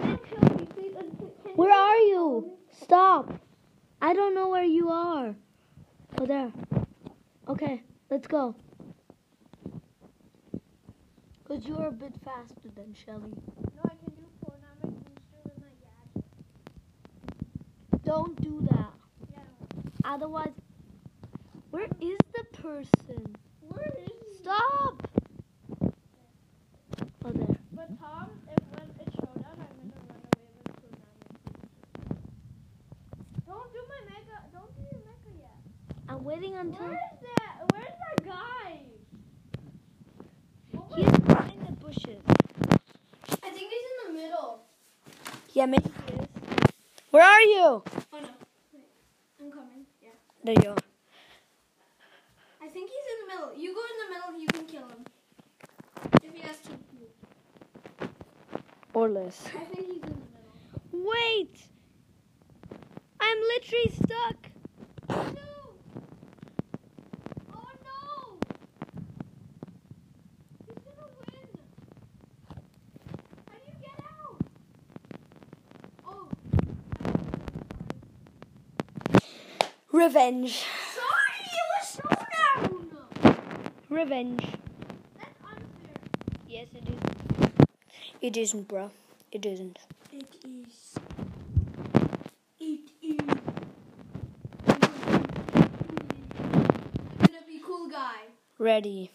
Speaker 5: Then kill me, please. And can- can
Speaker 1: Where are you? Stop. I don't know where you are. Oh, there. Okay, let's go. Because you're a bit faster than Shelly.
Speaker 5: No, I can do four. Now my booster with my gadget.
Speaker 1: Don't do that.
Speaker 5: Yeah.
Speaker 1: Otherwise, where is the person?
Speaker 5: Where is he?
Speaker 1: Stop! Oh, there.
Speaker 5: But Tom, if when it's showdown, I'm gonna run away with Konami. Don't do my mega. Don't do your mega yet.
Speaker 1: I'm waiting until.
Speaker 5: Where is that? Where's that guy? Oh my
Speaker 1: He's in the bushes.
Speaker 2: I think he's in the middle.
Speaker 1: Yeah, maybe he is. Where are you?
Speaker 2: Oh no. Wait, I'm coming. Yeah.
Speaker 1: There you are.
Speaker 2: I think he's in the middle. You go in the middle, you can kill him. If he has two.
Speaker 1: Or less.
Speaker 5: I think he's in the middle.
Speaker 4: Wait! I'm literally stuck.
Speaker 5: No! Oh no! He's gonna win! How do you get out? Oh,
Speaker 1: Revenge.
Speaker 5: sorry, it was showdown!
Speaker 1: Revenge.
Speaker 5: That's unfair.
Speaker 1: Yes, it is. It isn't, bro. It isn't.
Speaker 5: It is.
Speaker 2: gonna be cool guy.
Speaker 1: Ready.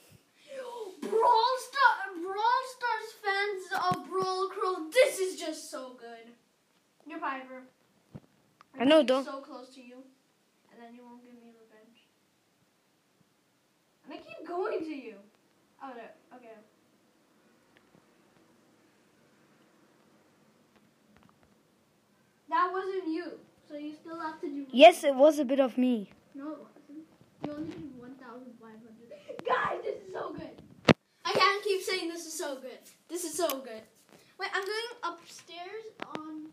Speaker 5: Brawl Star, Brawl Stars fans of Brawl Crow, this is just so good. You're Piper.
Speaker 1: I know, don't.
Speaker 5: So close to you, and then you won't give me revenge. And I keep going to you. Oh no. Okay. That wasn't you, so you still have to do.
Speaker 1: Yes, it was a bit of me.
Speaker 5: No, it wasn't. You only did 1,500. Guys, this is so good. I can't keep saying this is so good. This is so good. Wait, I'm going upstairs on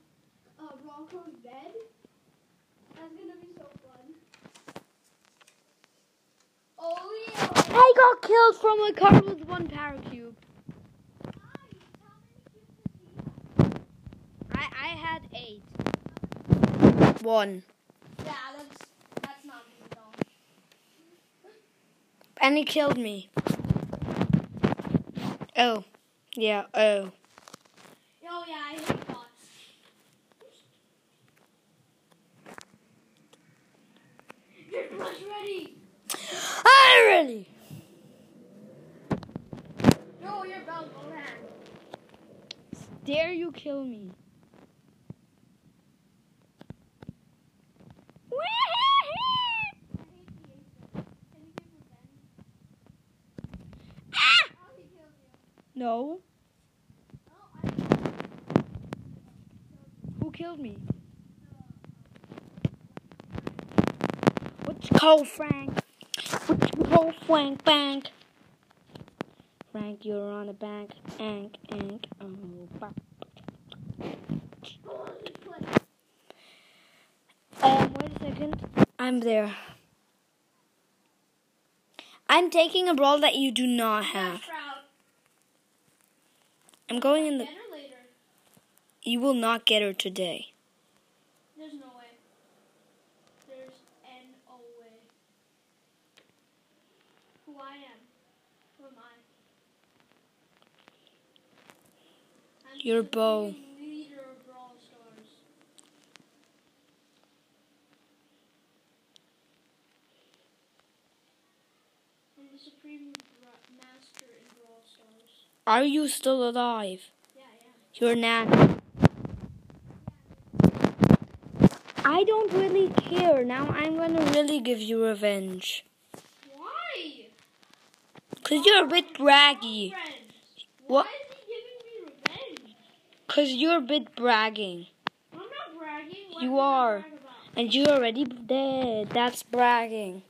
Speaker 5: uh, Rocco's bed. That's going to be so fun. Oh, yeah.
Speaker 1: I got killed from a car with one power cube. I, I had eight. One.
Speaker 5: Yeah, that's, that's not me, though.
Speaker 1: And he killed me. Oh. Yeah, oh.
Speaker 5: Oh, yeah, I hate bots. Get rush ready.
Speaker 1: I really.
Speaker 5: No, you're about to land.
Speaker 1: Dare you kill me? No. Who killed me? What's called Frank? What's called Frank Bank? Frank, you're on the bank. Ank, ank, oh, bop. Um, wait a second. I'm there. I'm taking a brawl that you do not have. I'm going in the.
Speaker 5: Better later.
Speaker 1: You will not get her today.
Speaker 5: There's no way. There's no way. Who I am. Who am I? I'm
Speaker 1: Your
Speaker 5: the
Speaker 1: bow.
Speaker 5: Leader of Brawl Stars. I'm the supreme bra- master in Brawl Stars.
Speaker 1: Are you still alive?
Speaker 5: Yeah, yeah.
Speaker 1: You're not. I don't really care. Now I'm gonna really give you revenge.
Speaker 5: Why?
Speaker 1: Cause you're a bit braggy.
Speaker 5: Friends.
Speaker 1: What?
Speaker 5: Why is he giving me revenge?
Speaker 1: Cause you're a bit bragging.
Speaker 5: I'm not bragging.
Speaker 1: You
Speaker 5: would I
Speaker 1: are.
Speaker 5: brag about?
Speaker 1: And you're already dead. That's bragging.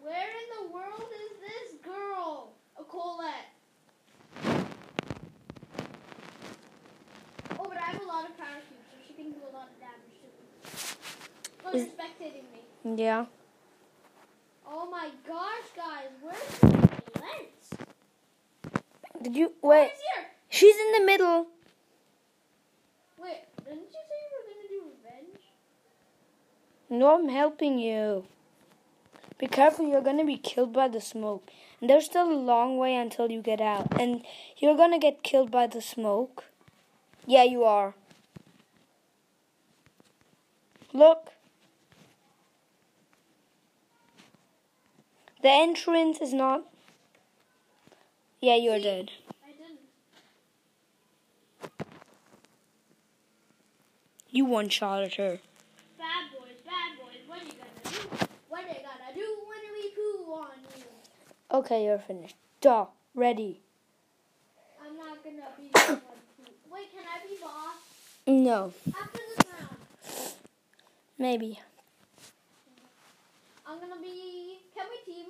Speaker 5: Where in the world is this girl? A Colette. Oh, but I have a lot of power cubes, so she can do a lot of damage to me. Look,
Speaker 1: Is-
Speaker 5: you're spectating me.
Speaker 1: Yeah.
Speaker 5: Oh my gosh, guys, where's this Colette?
Speaker 1: Did you
Speaker 5: Wait.
Speaker 1: wait?
Speaker 5: here?
Speaker 1: She's in the middle.
Speaker 5: Wait, didn't you say you were gonna do revenge?
Speaker 1: No, I'm helping you. Be careful, you're gonna be killed by the smoke. And there's still a long way until you get out. And you're gonna get killed by the smoke. Yeah, you are. Look. The entrance is not. Yeah, you're dead.
Speaker 5: I didn't.
Speaker 1: You one shot at her.
Speaker 5: Bad boys, bad boys, what you gonna do? What they gonna do when we poo on you?
Speaker 1: Okay, you're finished. Duh. Ready.
Speaker 5: I'm not gonna be the one who- Wait, can I be boss?
Speaker 1: No.
Speaker 5: After this round,
Speaker 1: Maybe.
Speaker 5: I'm gonna be. Can we team?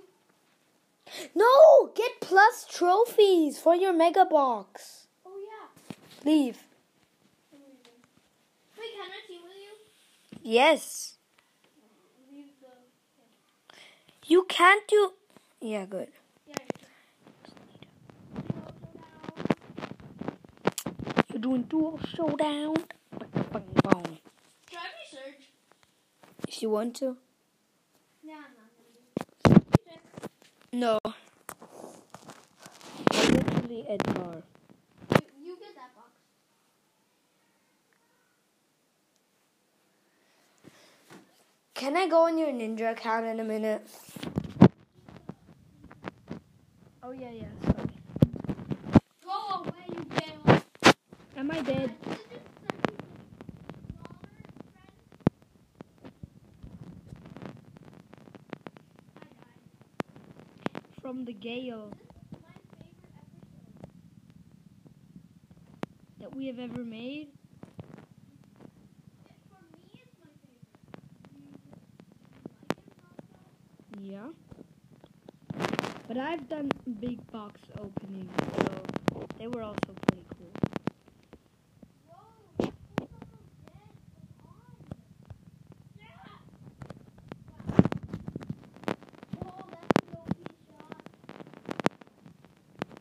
Speaker 1: No! Oh, Get plus trophies for your mega box.
Speaker 5: Oh yeah.
Speaker 1: Leave.
Speaker 5: Wait, can I team with you?
Speaker 1: Yes.
Speaker 5: Leave the.
Speaker 1: You can't do. Yeah, good.
Speaker 5: Yeah.
Speaker 1: You're doing dual showdown. Bang, bang, bang.
Speaker 5: Try research.
Speaker 1: If you want to.
Speaker 5: Nah, nah, nah.
Speaker 1: No. Literally Edgar.
Speaker 5: You, you get that box.
Speaker 1: Can I go on your ninja account in a minute? Oh yeah, yeah. Sorry.
Speaker 5: Go away, Oh, you camel.
Speaker 1: Am I dead? From the gale that we have ever made. Yeah. But I've done big box openings, so they were also pretty cool.
Speaker 5: Oh,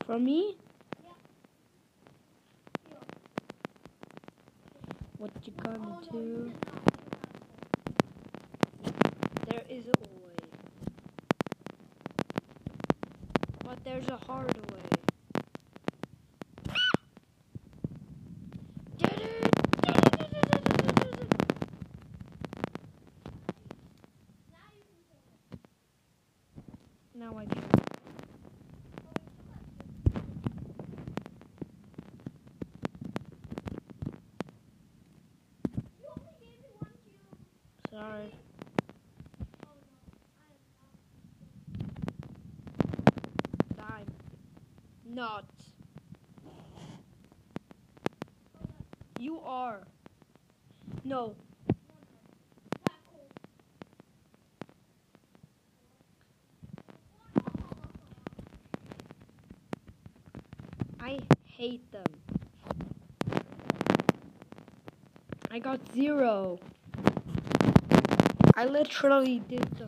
Speaker 1: For me? What you gonna do? There is a way. But there's a hard way. Now I can. Sorry. Time. Not. You are. No. I hate them. I got zero. I literally did the.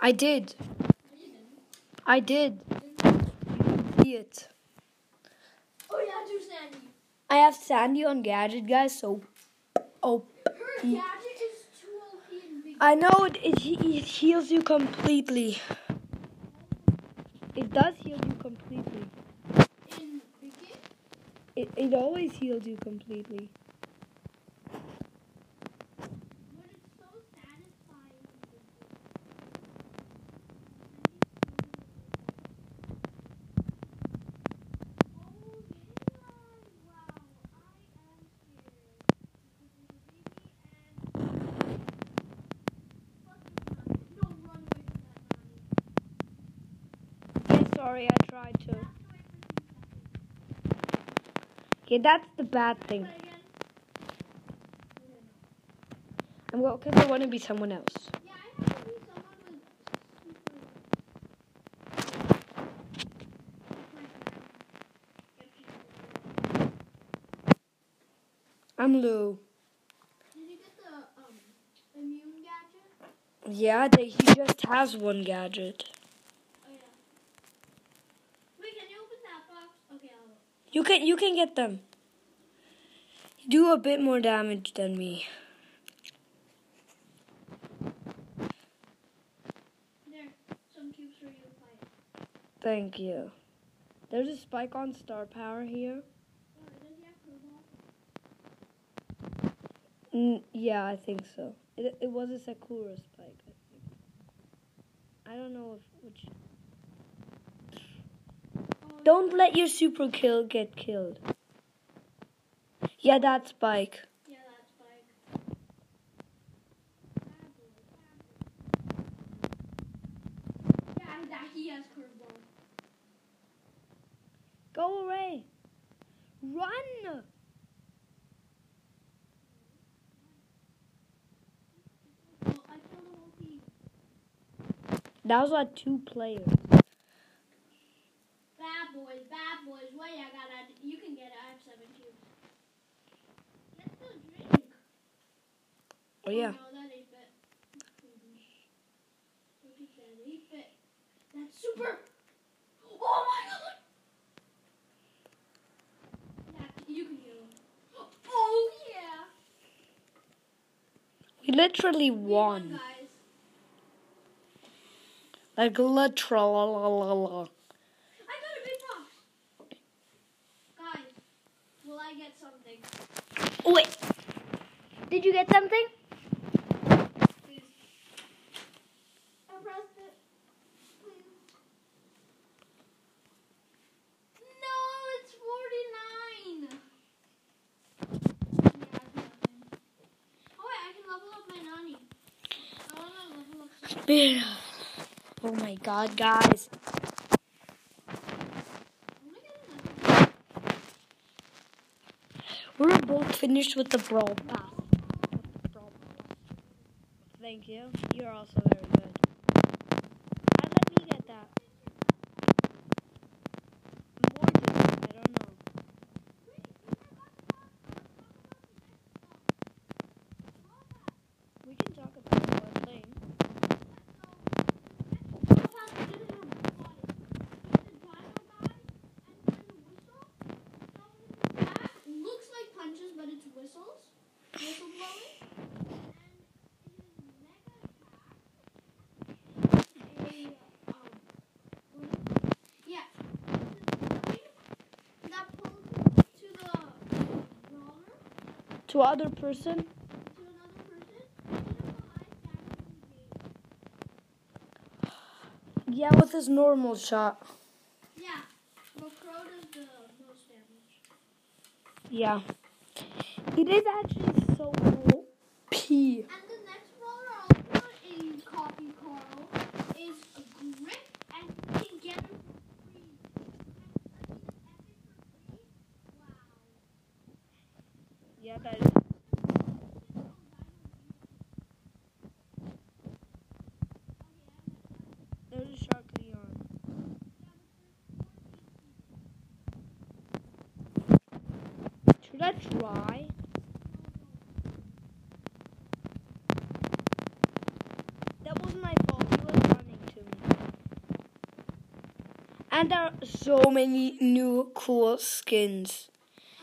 Speaker 1: I did. I did. See it.
Speaker 5: Oh yeah, do Sandy.
Speaker 1: I have Sandy on gadget, guys. So, oh,
Speaker 5: Her gadget is too OP and big.
Speaker 1: I know it. It, he- it heals you completely. It does heal you completely.
Speaker 5: In Vicky?
Speaker 1: It it always heals you completely.
Speaker 5: But it's so satisfying. Oh yeah. Wow. I am scared. and No, run away from that Nani.
Speaker 1: Yeah, sorry, I tried to. Okay, that's the bad thing. I'm going because I want to be someone else.
Speaker 5: Yeah, I have to be someone with super
Speaker 1: I'm Lou.
Speaker 5: Did you get the um immune gadget?
Speaker 1: Yeah, they, he just has one gadget.
Speaker 5: Oh yeah. Wait, can you open that box? Okay, I'll
Speaker 1: You can you can get them. Do a bit more damage than me.
Speaker 5: there. Some cubes for you to fight.
Speaker 1: Thank you. There's a spike on star power here.
Speaker 5: Oh, does he have purple?
Speaker 1: Mm, yeah, I think so. It, it was a Sakura spike, I think. I don't know if which. Don't let your super kill get killed. Yeah, that spike.
Speaker 5: Yeah, that's bike. Yeah, that he has curveball.
Speaker 1: Go away. Run.
Speaker 5: Well, I killed a whole team.
Speaker 1: Those are two players.
Speaker 5: Bad boys, bad boys. Wait, I got it. You can get it. I have seven cubes. Let's go drink.
Speaker 1: Oh yeah.
Speaker 5: No, that ain't fit. Look at that. Ain't fit. That's super. Oh my god. That, you can get one. Oh yeah.
Speaker 1: We literally
Speaker 5: We won,
Speaker 1: won.
Speaker 5: guys.
Speaker 1: Like literal.
Speaker 5: I got a big box. Guys, will I get something?
Speaker 1: Wait.
Speaker 2: Did you get something?
Speaker 5: I pressed it. Please. No, it's 49. Yeah, I can level. Oh, wait, I can level up my nanny. I want to level up. some-
Speaker 1: Oh my god, guys.
Speaker 5: I'm gonna get another one.
Speaker 1: We're both finished with the brawl pass. Thank you. You're also very good. I let me get that. Morgan, I don't know. We can talk about it while playing.
Speaker 5: Looks like punches, but it's whistles. Whistle blowing. um,
Speaker 1: To other person, yeah, with his normal shot.
Speaker 5: Yeah, but Crow does the most damage.
Speaker 1: Yeah. It is actually so OP.
Speaker 5: And the next brawler I'll put in Copy Carl is a grip and you can get him for free. And, I mean, an epic for free? Wow.
Speaker 1: Yeah, that is. There's a shark Leon. Should I try? That wasn't my fault. He was running to me. And there are so many new cool skins.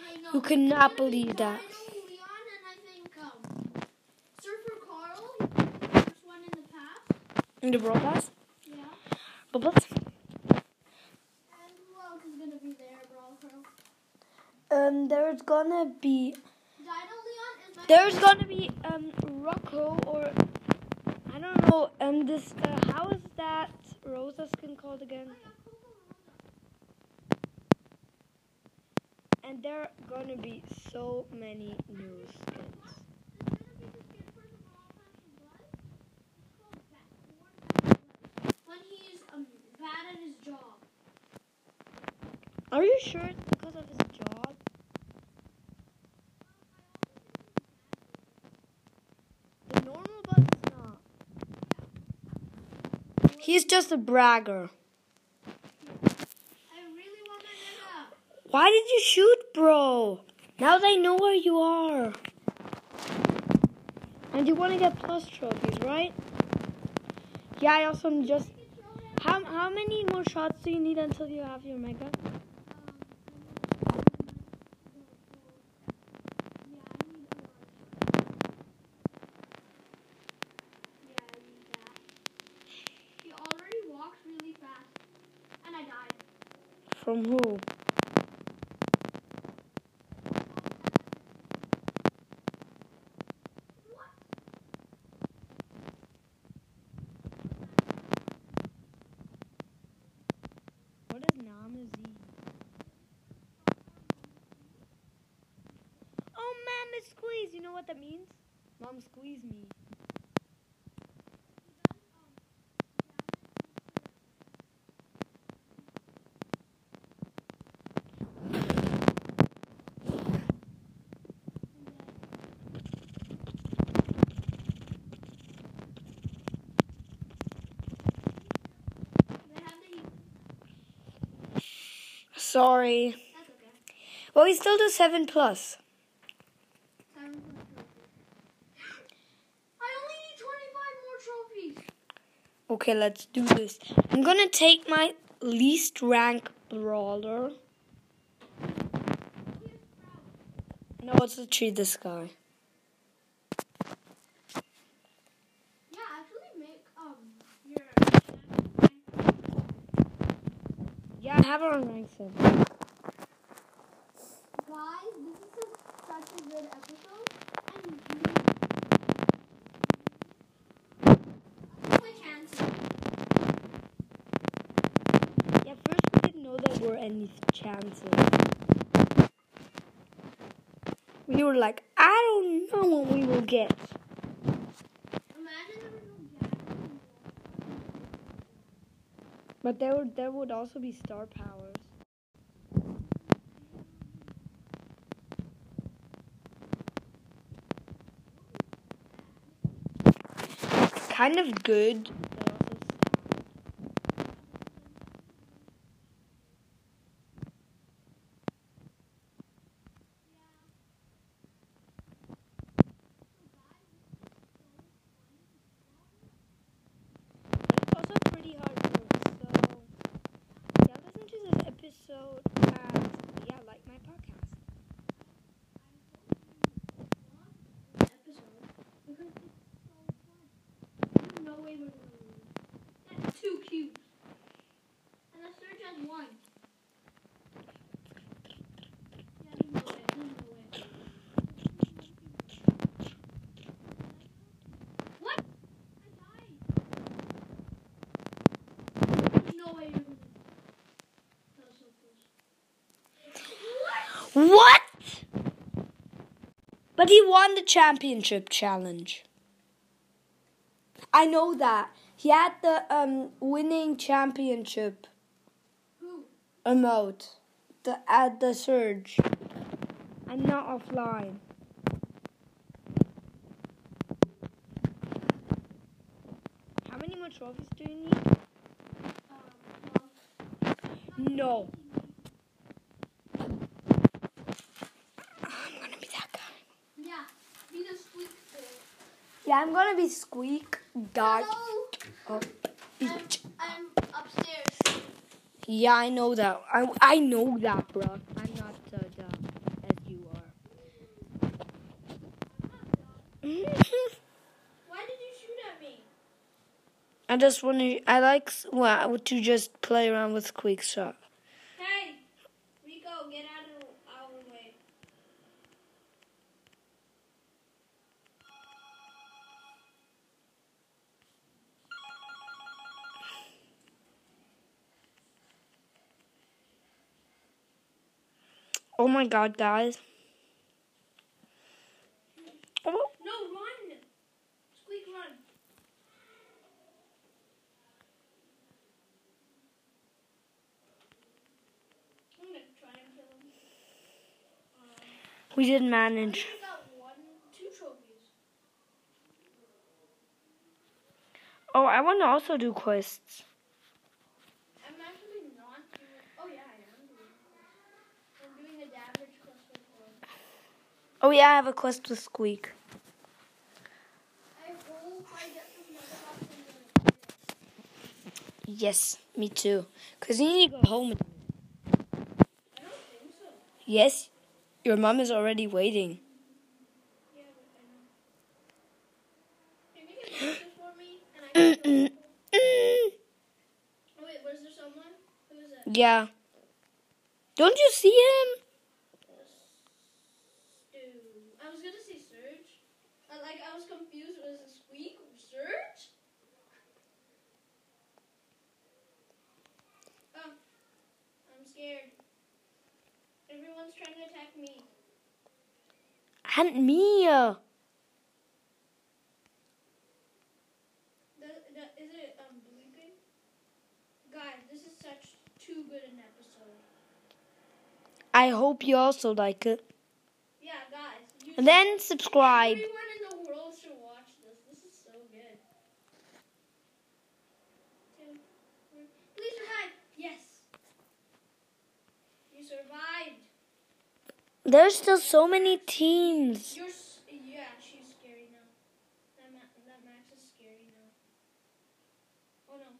Speaker 5: I know.
Speaker 1: You cannot believe that.
Speaker 5: Rhino, Leon, and I think um, Surfer Carl, he was the first one in the past.
Speaker 1: In the Brawl Pass?
Speaker 5: Yeah.
Speaker 1: But what's
Speaker 5: And who else is gonna be there, Brawl Crow?
Speaker 1: Um, there's gonna be
Speaker 5: Dino Leon is my
Speaker 1: there's gonna be um Rocco or I don't know um this uh, how is that Rosa skin called again? And there are gonna be so many new skins.
Speaker 5: when he's um, bad at his job.
Speaker 1: Are you sure it's because of his job? The normal bus is not. He's just a bragger.
Speaker 5: I really want my Nana.
Speaker 1: Why did you shoot, bro? Now they know where you are. And you want to get plus trophies, right? Yeah, I also just. How, how many more shots do you need until you have your mega?
Speaker 5: He already walks really fast, and I died.
Speaker 1: From who? What is Namazi? Oh, Mama Squeeze! You know what that means? Mom, squeeze me. Sorry.
Speaker 5: That's okay.
Speaker 1: Well, we still do 7 plus.
Speaker 5: Seven plus trophies.
Speaker 7: I only need 25 more trophies.
Speaker 1: Okay, let's do this. I'm gonna take my least rank brawler. No, it's literally this guy.
Speaker 5: Yeah, actually make um your channel
Speaker 1: Yeah, I have her on rank 7.
Speaker 5: Guys, this is a, such a good episode. And
Speaker 7: Quick answer.
Speaker 1: Yeah, first we didn't know there were any chances. We were like, I don't know what we will get.
Speaker 5: imagine there was no jackpot.
Speaker 1: But there would there would also be star powers. Kind of good. but also sad. It's also pretty hardcore. So yeah, listen to this episode and yeah, like my podcast.
Speaker 5: episode because it's so fun. There's no way we're gonna lose. That's two cubes. And the surge has one. Yeah, there's no way. There's no way. What? I died. There's no way you're gonna lose. That was so close.
Speaker 1: What? But he won the championship challenge. I know that. He had the um winning championship
Speaker 5: Who?
Speaker 1: emote. The at the surge. I'm not offline. How many more trophies do you need?
Speaker 5: Um, well,
Speaker 1: No. I'm gonna be that guy.
Speaker 5: yeah. Be the squeak boy.
Speaker 1: Yeah, I'm gonna be Squeak. Dot.
Speaker 5: Hello.
Speaker 1: Oh.
Speaker 5: I'm upstairs.
Speaker 1: Yeah, I know that. I, I know that, bro. I'm not uh, dumb as you are.
Speaker 5: Why did you shoot at me?
Speaker 1: *laughs* I just want to. I like s- well, to just play around with Squeak shot.
Speaker 5: Hey, Rico, get out of our way.
Speaker 1: Oh my god, guys. Oh,
Speaker 5: No, run! Squeak, run! I'm gonna try and kill him.
Speaker 1: we did manage.
Speaker 5: I got one, two trophies.
Speaker 1: Oh, I want to also do quests.
Speaker 5: I'm actually not doing. Oh yeah, I am doing. this. I'm doing a damage quest with one.
Speaker 1: Oh yeah, I have a quest with Squeak.
Speaker 5: I hope I get some more stuff in there.
Speaker 1: Yes, me too. Cause you need to go home. Yes, your mom is already waiting.
Speaker 5: Yeah, but I know. Can you get pictures for me? And I
Speaker 1: *coughs*
Speaker 5: can go. Oh wait, was there someone? Who is that?
Speaker 1: yeah. Don't you see him?
Speaker 5: Dude, Uh, I was gonna say Surge. I, like I was confused. Was it Squeak or Surge? Oh, I'm scared. Everyone's trying to attack me.
Speaker 1: And me. uh,
Speaker 5: The, the, is it um bleeping? Guys, this is such too good an episode.
Speaker 1: I hope you also like it.
Speaker 5: Yeah, guys. You
Speaker 1: And then subscribe.
Speaker 5: Everyone in the world should watch this. This is so good. Two, three. Please survive. Yes.
Speaker 1: There's still so many teams.
Speaker 5: You're, s- yeah, she's scary now. That, ma- that Max is scary now. Oh no.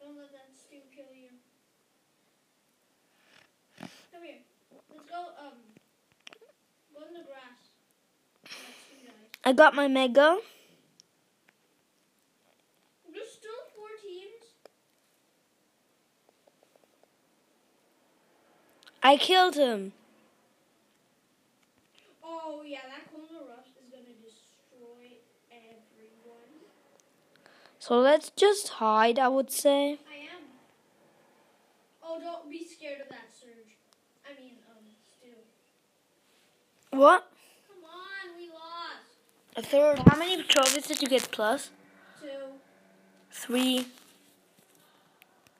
Speaker 5: Don't let that stew kill you. Come here. Let's go, um, go in the grass. That stew dies.
Speaker 1: I got my mega.
Speaker 5: There's still four teams.
Speaker 1: I killed him.
Speaker 5: Oh yeah, that Coma Rush is gonna destroy everyone.
Speaker 1: So let's just hide, I would say.
Speaker 5: I am. Oh, don't be scared of that surge. I mean, um, stew.
Speaker 1: What?
Speaker 5: Come on, we lost.
Speaker 1: A third. How many trophies did you get plus?
Speaker 5: Two.
Speaker 1: Three.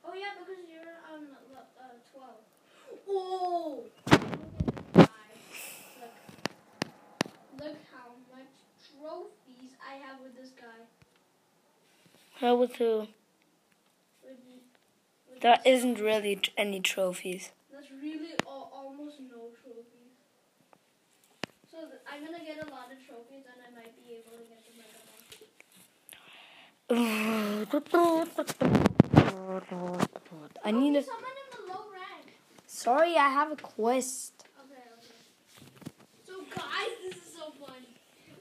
Speaker 5: Oh yeah, because you're um le- uh, twelve. Oh. Look. Look how much trophies I have with this guy.
Speaker 1: How with who?
Speaker 5: With, with
Speaker 1: There
Speaker 5: this-
Speaker 1: isn't really t- any trophies. *sighs*
Speaker 5: That's really all, almost no trophies. So th- I'm gonna get a lot of trophies, and I might be able to get the mega box.
Speaker 1: I need a.
Speaker 5: Oh, Someone in the low rank.
Speaker 1: Sorry, I have a quest.
Speaker 5: Okay, okay. So guys, this is so fun.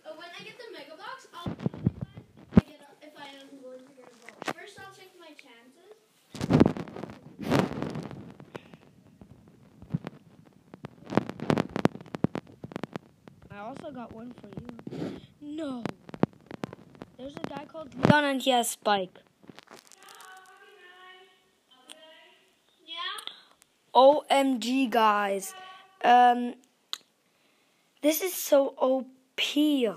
Speaker 5: Uh, when I get the mega box, I'll tell you guys if I get a, if I am going to get a box. First, I'll check my chances.
Speaker 1: I also got one for you. No. There's a guy called Leon and he has Spike.
Speaker 5: Yeah.
Speaker 1: OMG, guys. Um, this is so OP.
Speaker 5: Yeah.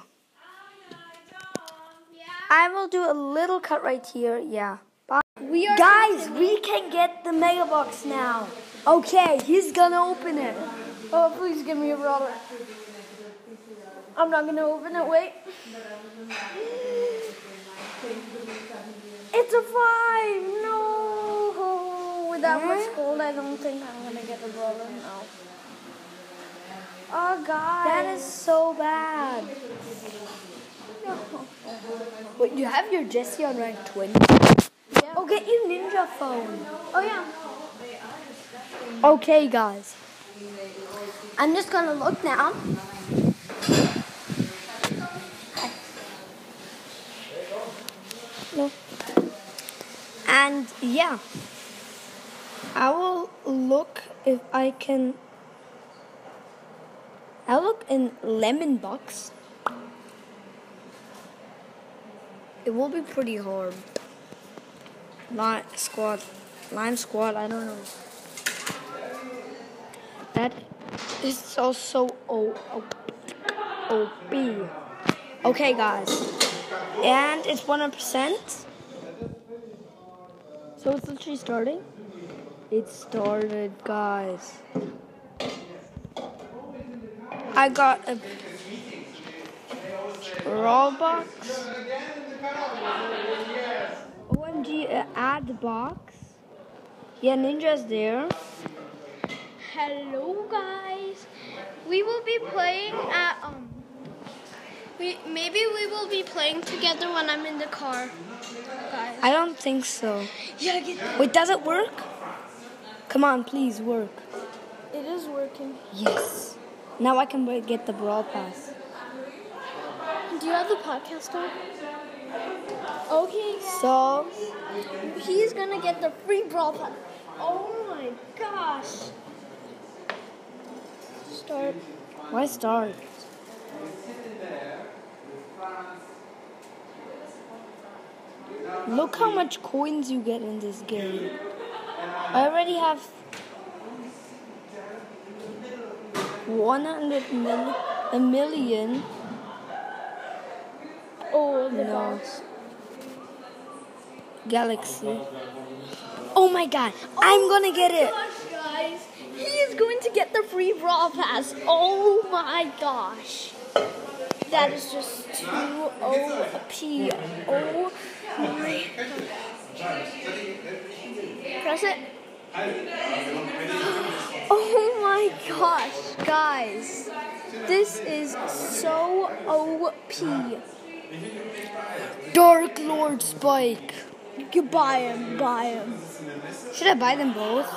Speaker 1: I will do a little cut right here. Yeah. Bye.
Speaker 2: We are
Speaker 1: Guys, we can get the mega box now. Okay, he's gonna open it.
Speaker 2: Oh, please give me a roller. I'm not gonna open it. Wait. It's a five. No. With that much gold, I don't think I'm gonna get the roller. No. Oh God.
Speaker 1: That is so bad. Wait, you have your Jesse on rank 20? Oh, get your ninja phone.
Speaker 2: Oh yeah.
Speaker 1: Okay, guys.
Speaker 2: I'm just gonna look now.
Speaker 1: And yeah, I will look if I can. I'll look in lemon box. It will be pretty hard. Lime squad, lime squad. I don't know. That is also oh, O O O B. Okay, guys, and it's one hundred percent. So it's literally starting? It started, guys. I got a Robux. OMG, a ad box. Yeah, Ninja's there.
Speaker 5: Hello, guys. We will be playing at um. We maybe we will be playing together when I'm in the car, guys.
Speaker 1: I don't think so.
Speaker 5: Yeah, get that.
Speaker 1: Wait, does it work? Come on, please work.
Speaker 2: It is working.
Speaker 1: Yes. Now I can buy- get the Brawl Pass.
Speaker 2: Do you have the podcast on? Okay.
Speaker 1: So,
Speaker 2: He's gonna get the free brawl pass. Oh my gosh. Start.
Speaker 1: why start? Look how much coins you get in this game. I already have 100 mil- a million.
Speaker 2: Oh, the
Speaker 1: No.
Speaker 2: box.
Speaker 1: Galaxy. Oh my god, I'm gonna get it.
Speaker 2: Gosh, guys. He is going to get the free brawl pass. Oh my gosh. That is just too OP. Oh my. Press it.
Speaker 1: Oh my gosh, guys. This is so OP. Dark Lord Spike. You can buy him, buy him. Should I buy them both?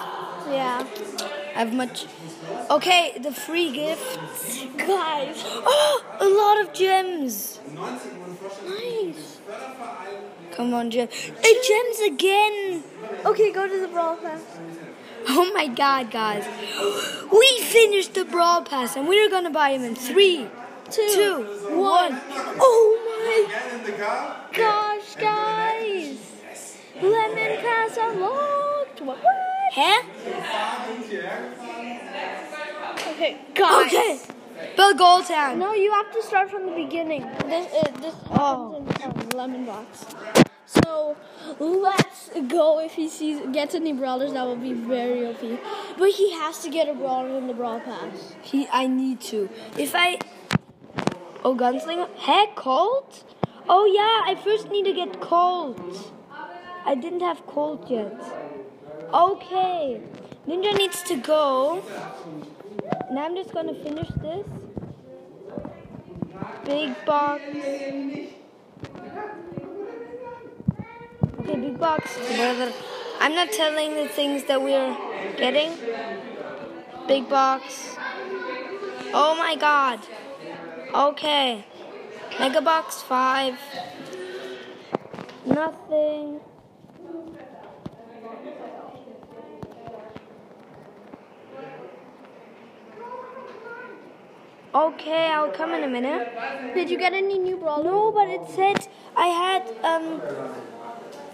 Speaker 2: Yeah.
Speaker 1: I have much. Okay, the *gasps* free gifts. Guys, *gasps* a lot of gems. Nice. Come on, gem. Eight gems again.
Speaker 2: Okay, go to the brawl pass.
Speaker 1: Oh my god, guys. We finished the Brawl Pass and we are gonna buy him in three, two, one. Oh my
Speaker 2: Gosh, guys! Lemon pass unlocked. What?
Speaker 1: Huh?
Speaker 2: Okay, guys.
Speaker 1: Okay. Bill Goldtown.
Speaker 2: No, you have to start from the beginning. This, uh, this happens in um, lemon box. So let's go. If he sees gets any brawlers, that will be very OP. But he has to get a brawler in the brawl pass.
Speaker 1: He, I need to. If I. Oh, Gunslinger? Hey, Colt? Oh, yeah, I first need to get Colt. I didn't have Colt yet. Okay. Ninja needs to go. Now I'm just gonna finish this. Big box. Okay, big box. Brother. I'm not telling the things that we're getting. Big box. Oh my god. Okay. Mega box five. Nothing. Okay, I'll come in a minute.
Speaker 2: Did you get any new brawlers?
Speaker 1: No, but it said I had um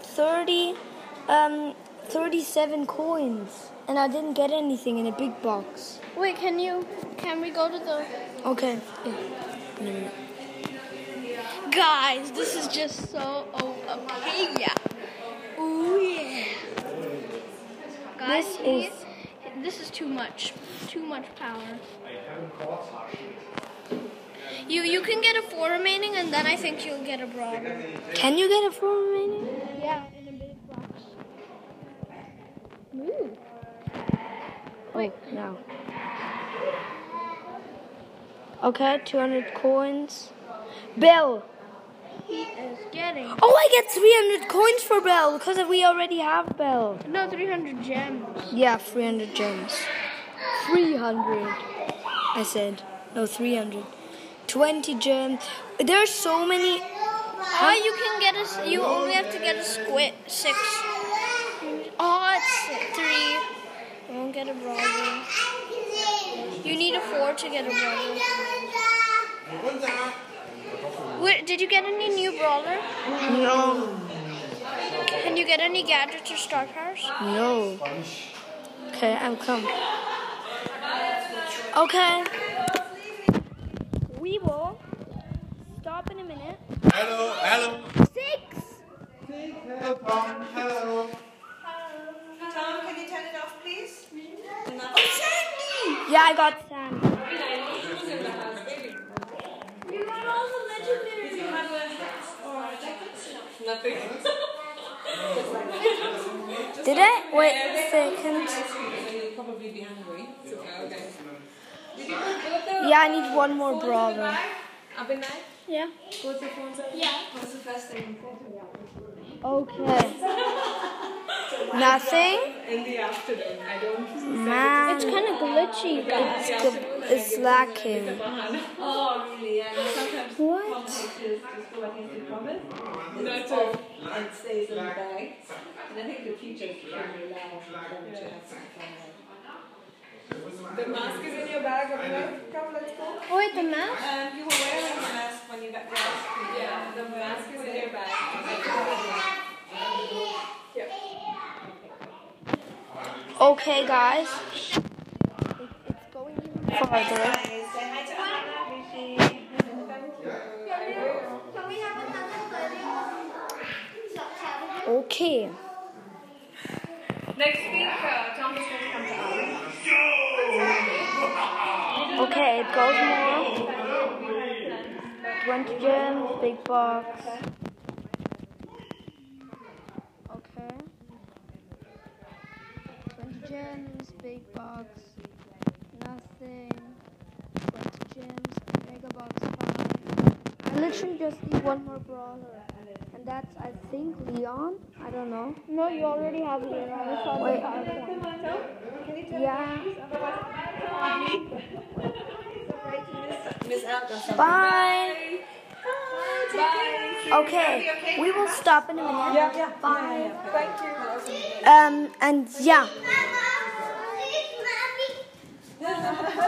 Speaker 1: 30 um 37 coins and I didn't get anything in a big box.
Speaker 2: Wait, can you? Can we go to the?
Speaker 1: Okay.
Speaker 2: Guys, this is just so OP. Yeah. Ooh yeah. Guys,
Speaker 1: This
Speaker 2: he-
Speaker 1: is-
Speaker 2: this is too much. Too much power. You you can get a four remaining, and then I think you'll get a brawler.
Speaker 1: Can you get it for remaining?
Speaker 2: Yeah, in a big box. Ooh.
Speaker 1: Wait, no. Okay, 200 coins. Bell.
Speaker 2: He is getting
Speaker 1: Oh, I get 300 coins for Bell because we already have Bell.
Speaker 2: no 300 gems.
Speaker 1: Yeah, 300 gems. 300. I said. No, 300. 20 gems. There are so many.
Speaker 2: Oh, you can get a. s- You only have to get a squid six. Oh, it's three. I won't get a brawler. You need a four to get a brawler. Wait, did you get any new brawler?
Speaker 1: No.
Speaker 2: Can you get any gadgets or star powers?
Speaker 1: No. Oh. Okay, I'm come. Okay.
Speaker 2: We will stop in a minute.
Speaker 8: Hello, hello. Hello, Tom. Hello.
Speaker 9: Tom, can you turn it off, please?
Speaker 1: Yeah, I got Sam.
Speaker 9: Nothing.
Speaker 1: Did I? Wait a second.
Speaker 9: You'll probably be hungry. It's okay, okay.
Speaker 1: Yeah, I need one more brother.
Speaker 9: I've been there.
Speaker 2: Yeah.
Speaker 9: What's the phone Yeah. What's the first thing?
Speaker 1: Okay. Nothing?
Speaker 9: In the afternoon. I don't.
Speaker 1: Man.
Speaker 2: It's kind of glitchy, guys.
Speaker 1: It's lacking.
Speaker 9: Oh, really? Yeah. And sometimes
Speaker 1: What?
Speaker 9: competitors just go against the promise. It's off. It stays in the bag. And I think the teachers can allow them to have some fun. The mask is in your bag. everyone. Come, let's go.
Speaker 2: Oh, wait, the map?
Speaker 9: Um, you were wearing a mask when you got dressed. Yeah, the mask is in your bag.
Speaker 1: Okay, guys. It's going even farther.
Speaker 9: Say hi to Anna, Rishi.
Speaker 1: Okay.
Speaker 9: Next week, uh, Tom is going to come to Ireland.
Speaker 1: Okay, it goes more. 20 gems, big box. Okay. 20 gems. big box, nothing. Went to gyms, mega box five. I literally just need one more brawler, and that's I think Leon. I don't know.
Speaker 4: No, you already have it.
Speaker 1: Wait,
Speaker 9: Come on, tell. Can you tell
Speaker 1: yeah.
Speaker 9: Miss out on something.
Speaker 1: Bye.
Speaker 9: Bye.
Speaker 1: Okay, we will stop in a minute.
Speaker 9: Yeah, yeah. Bye. Thank you. That was amazing.
Speaker 1: Um, and yeah.
Speaker 5: Mama, please, mommy.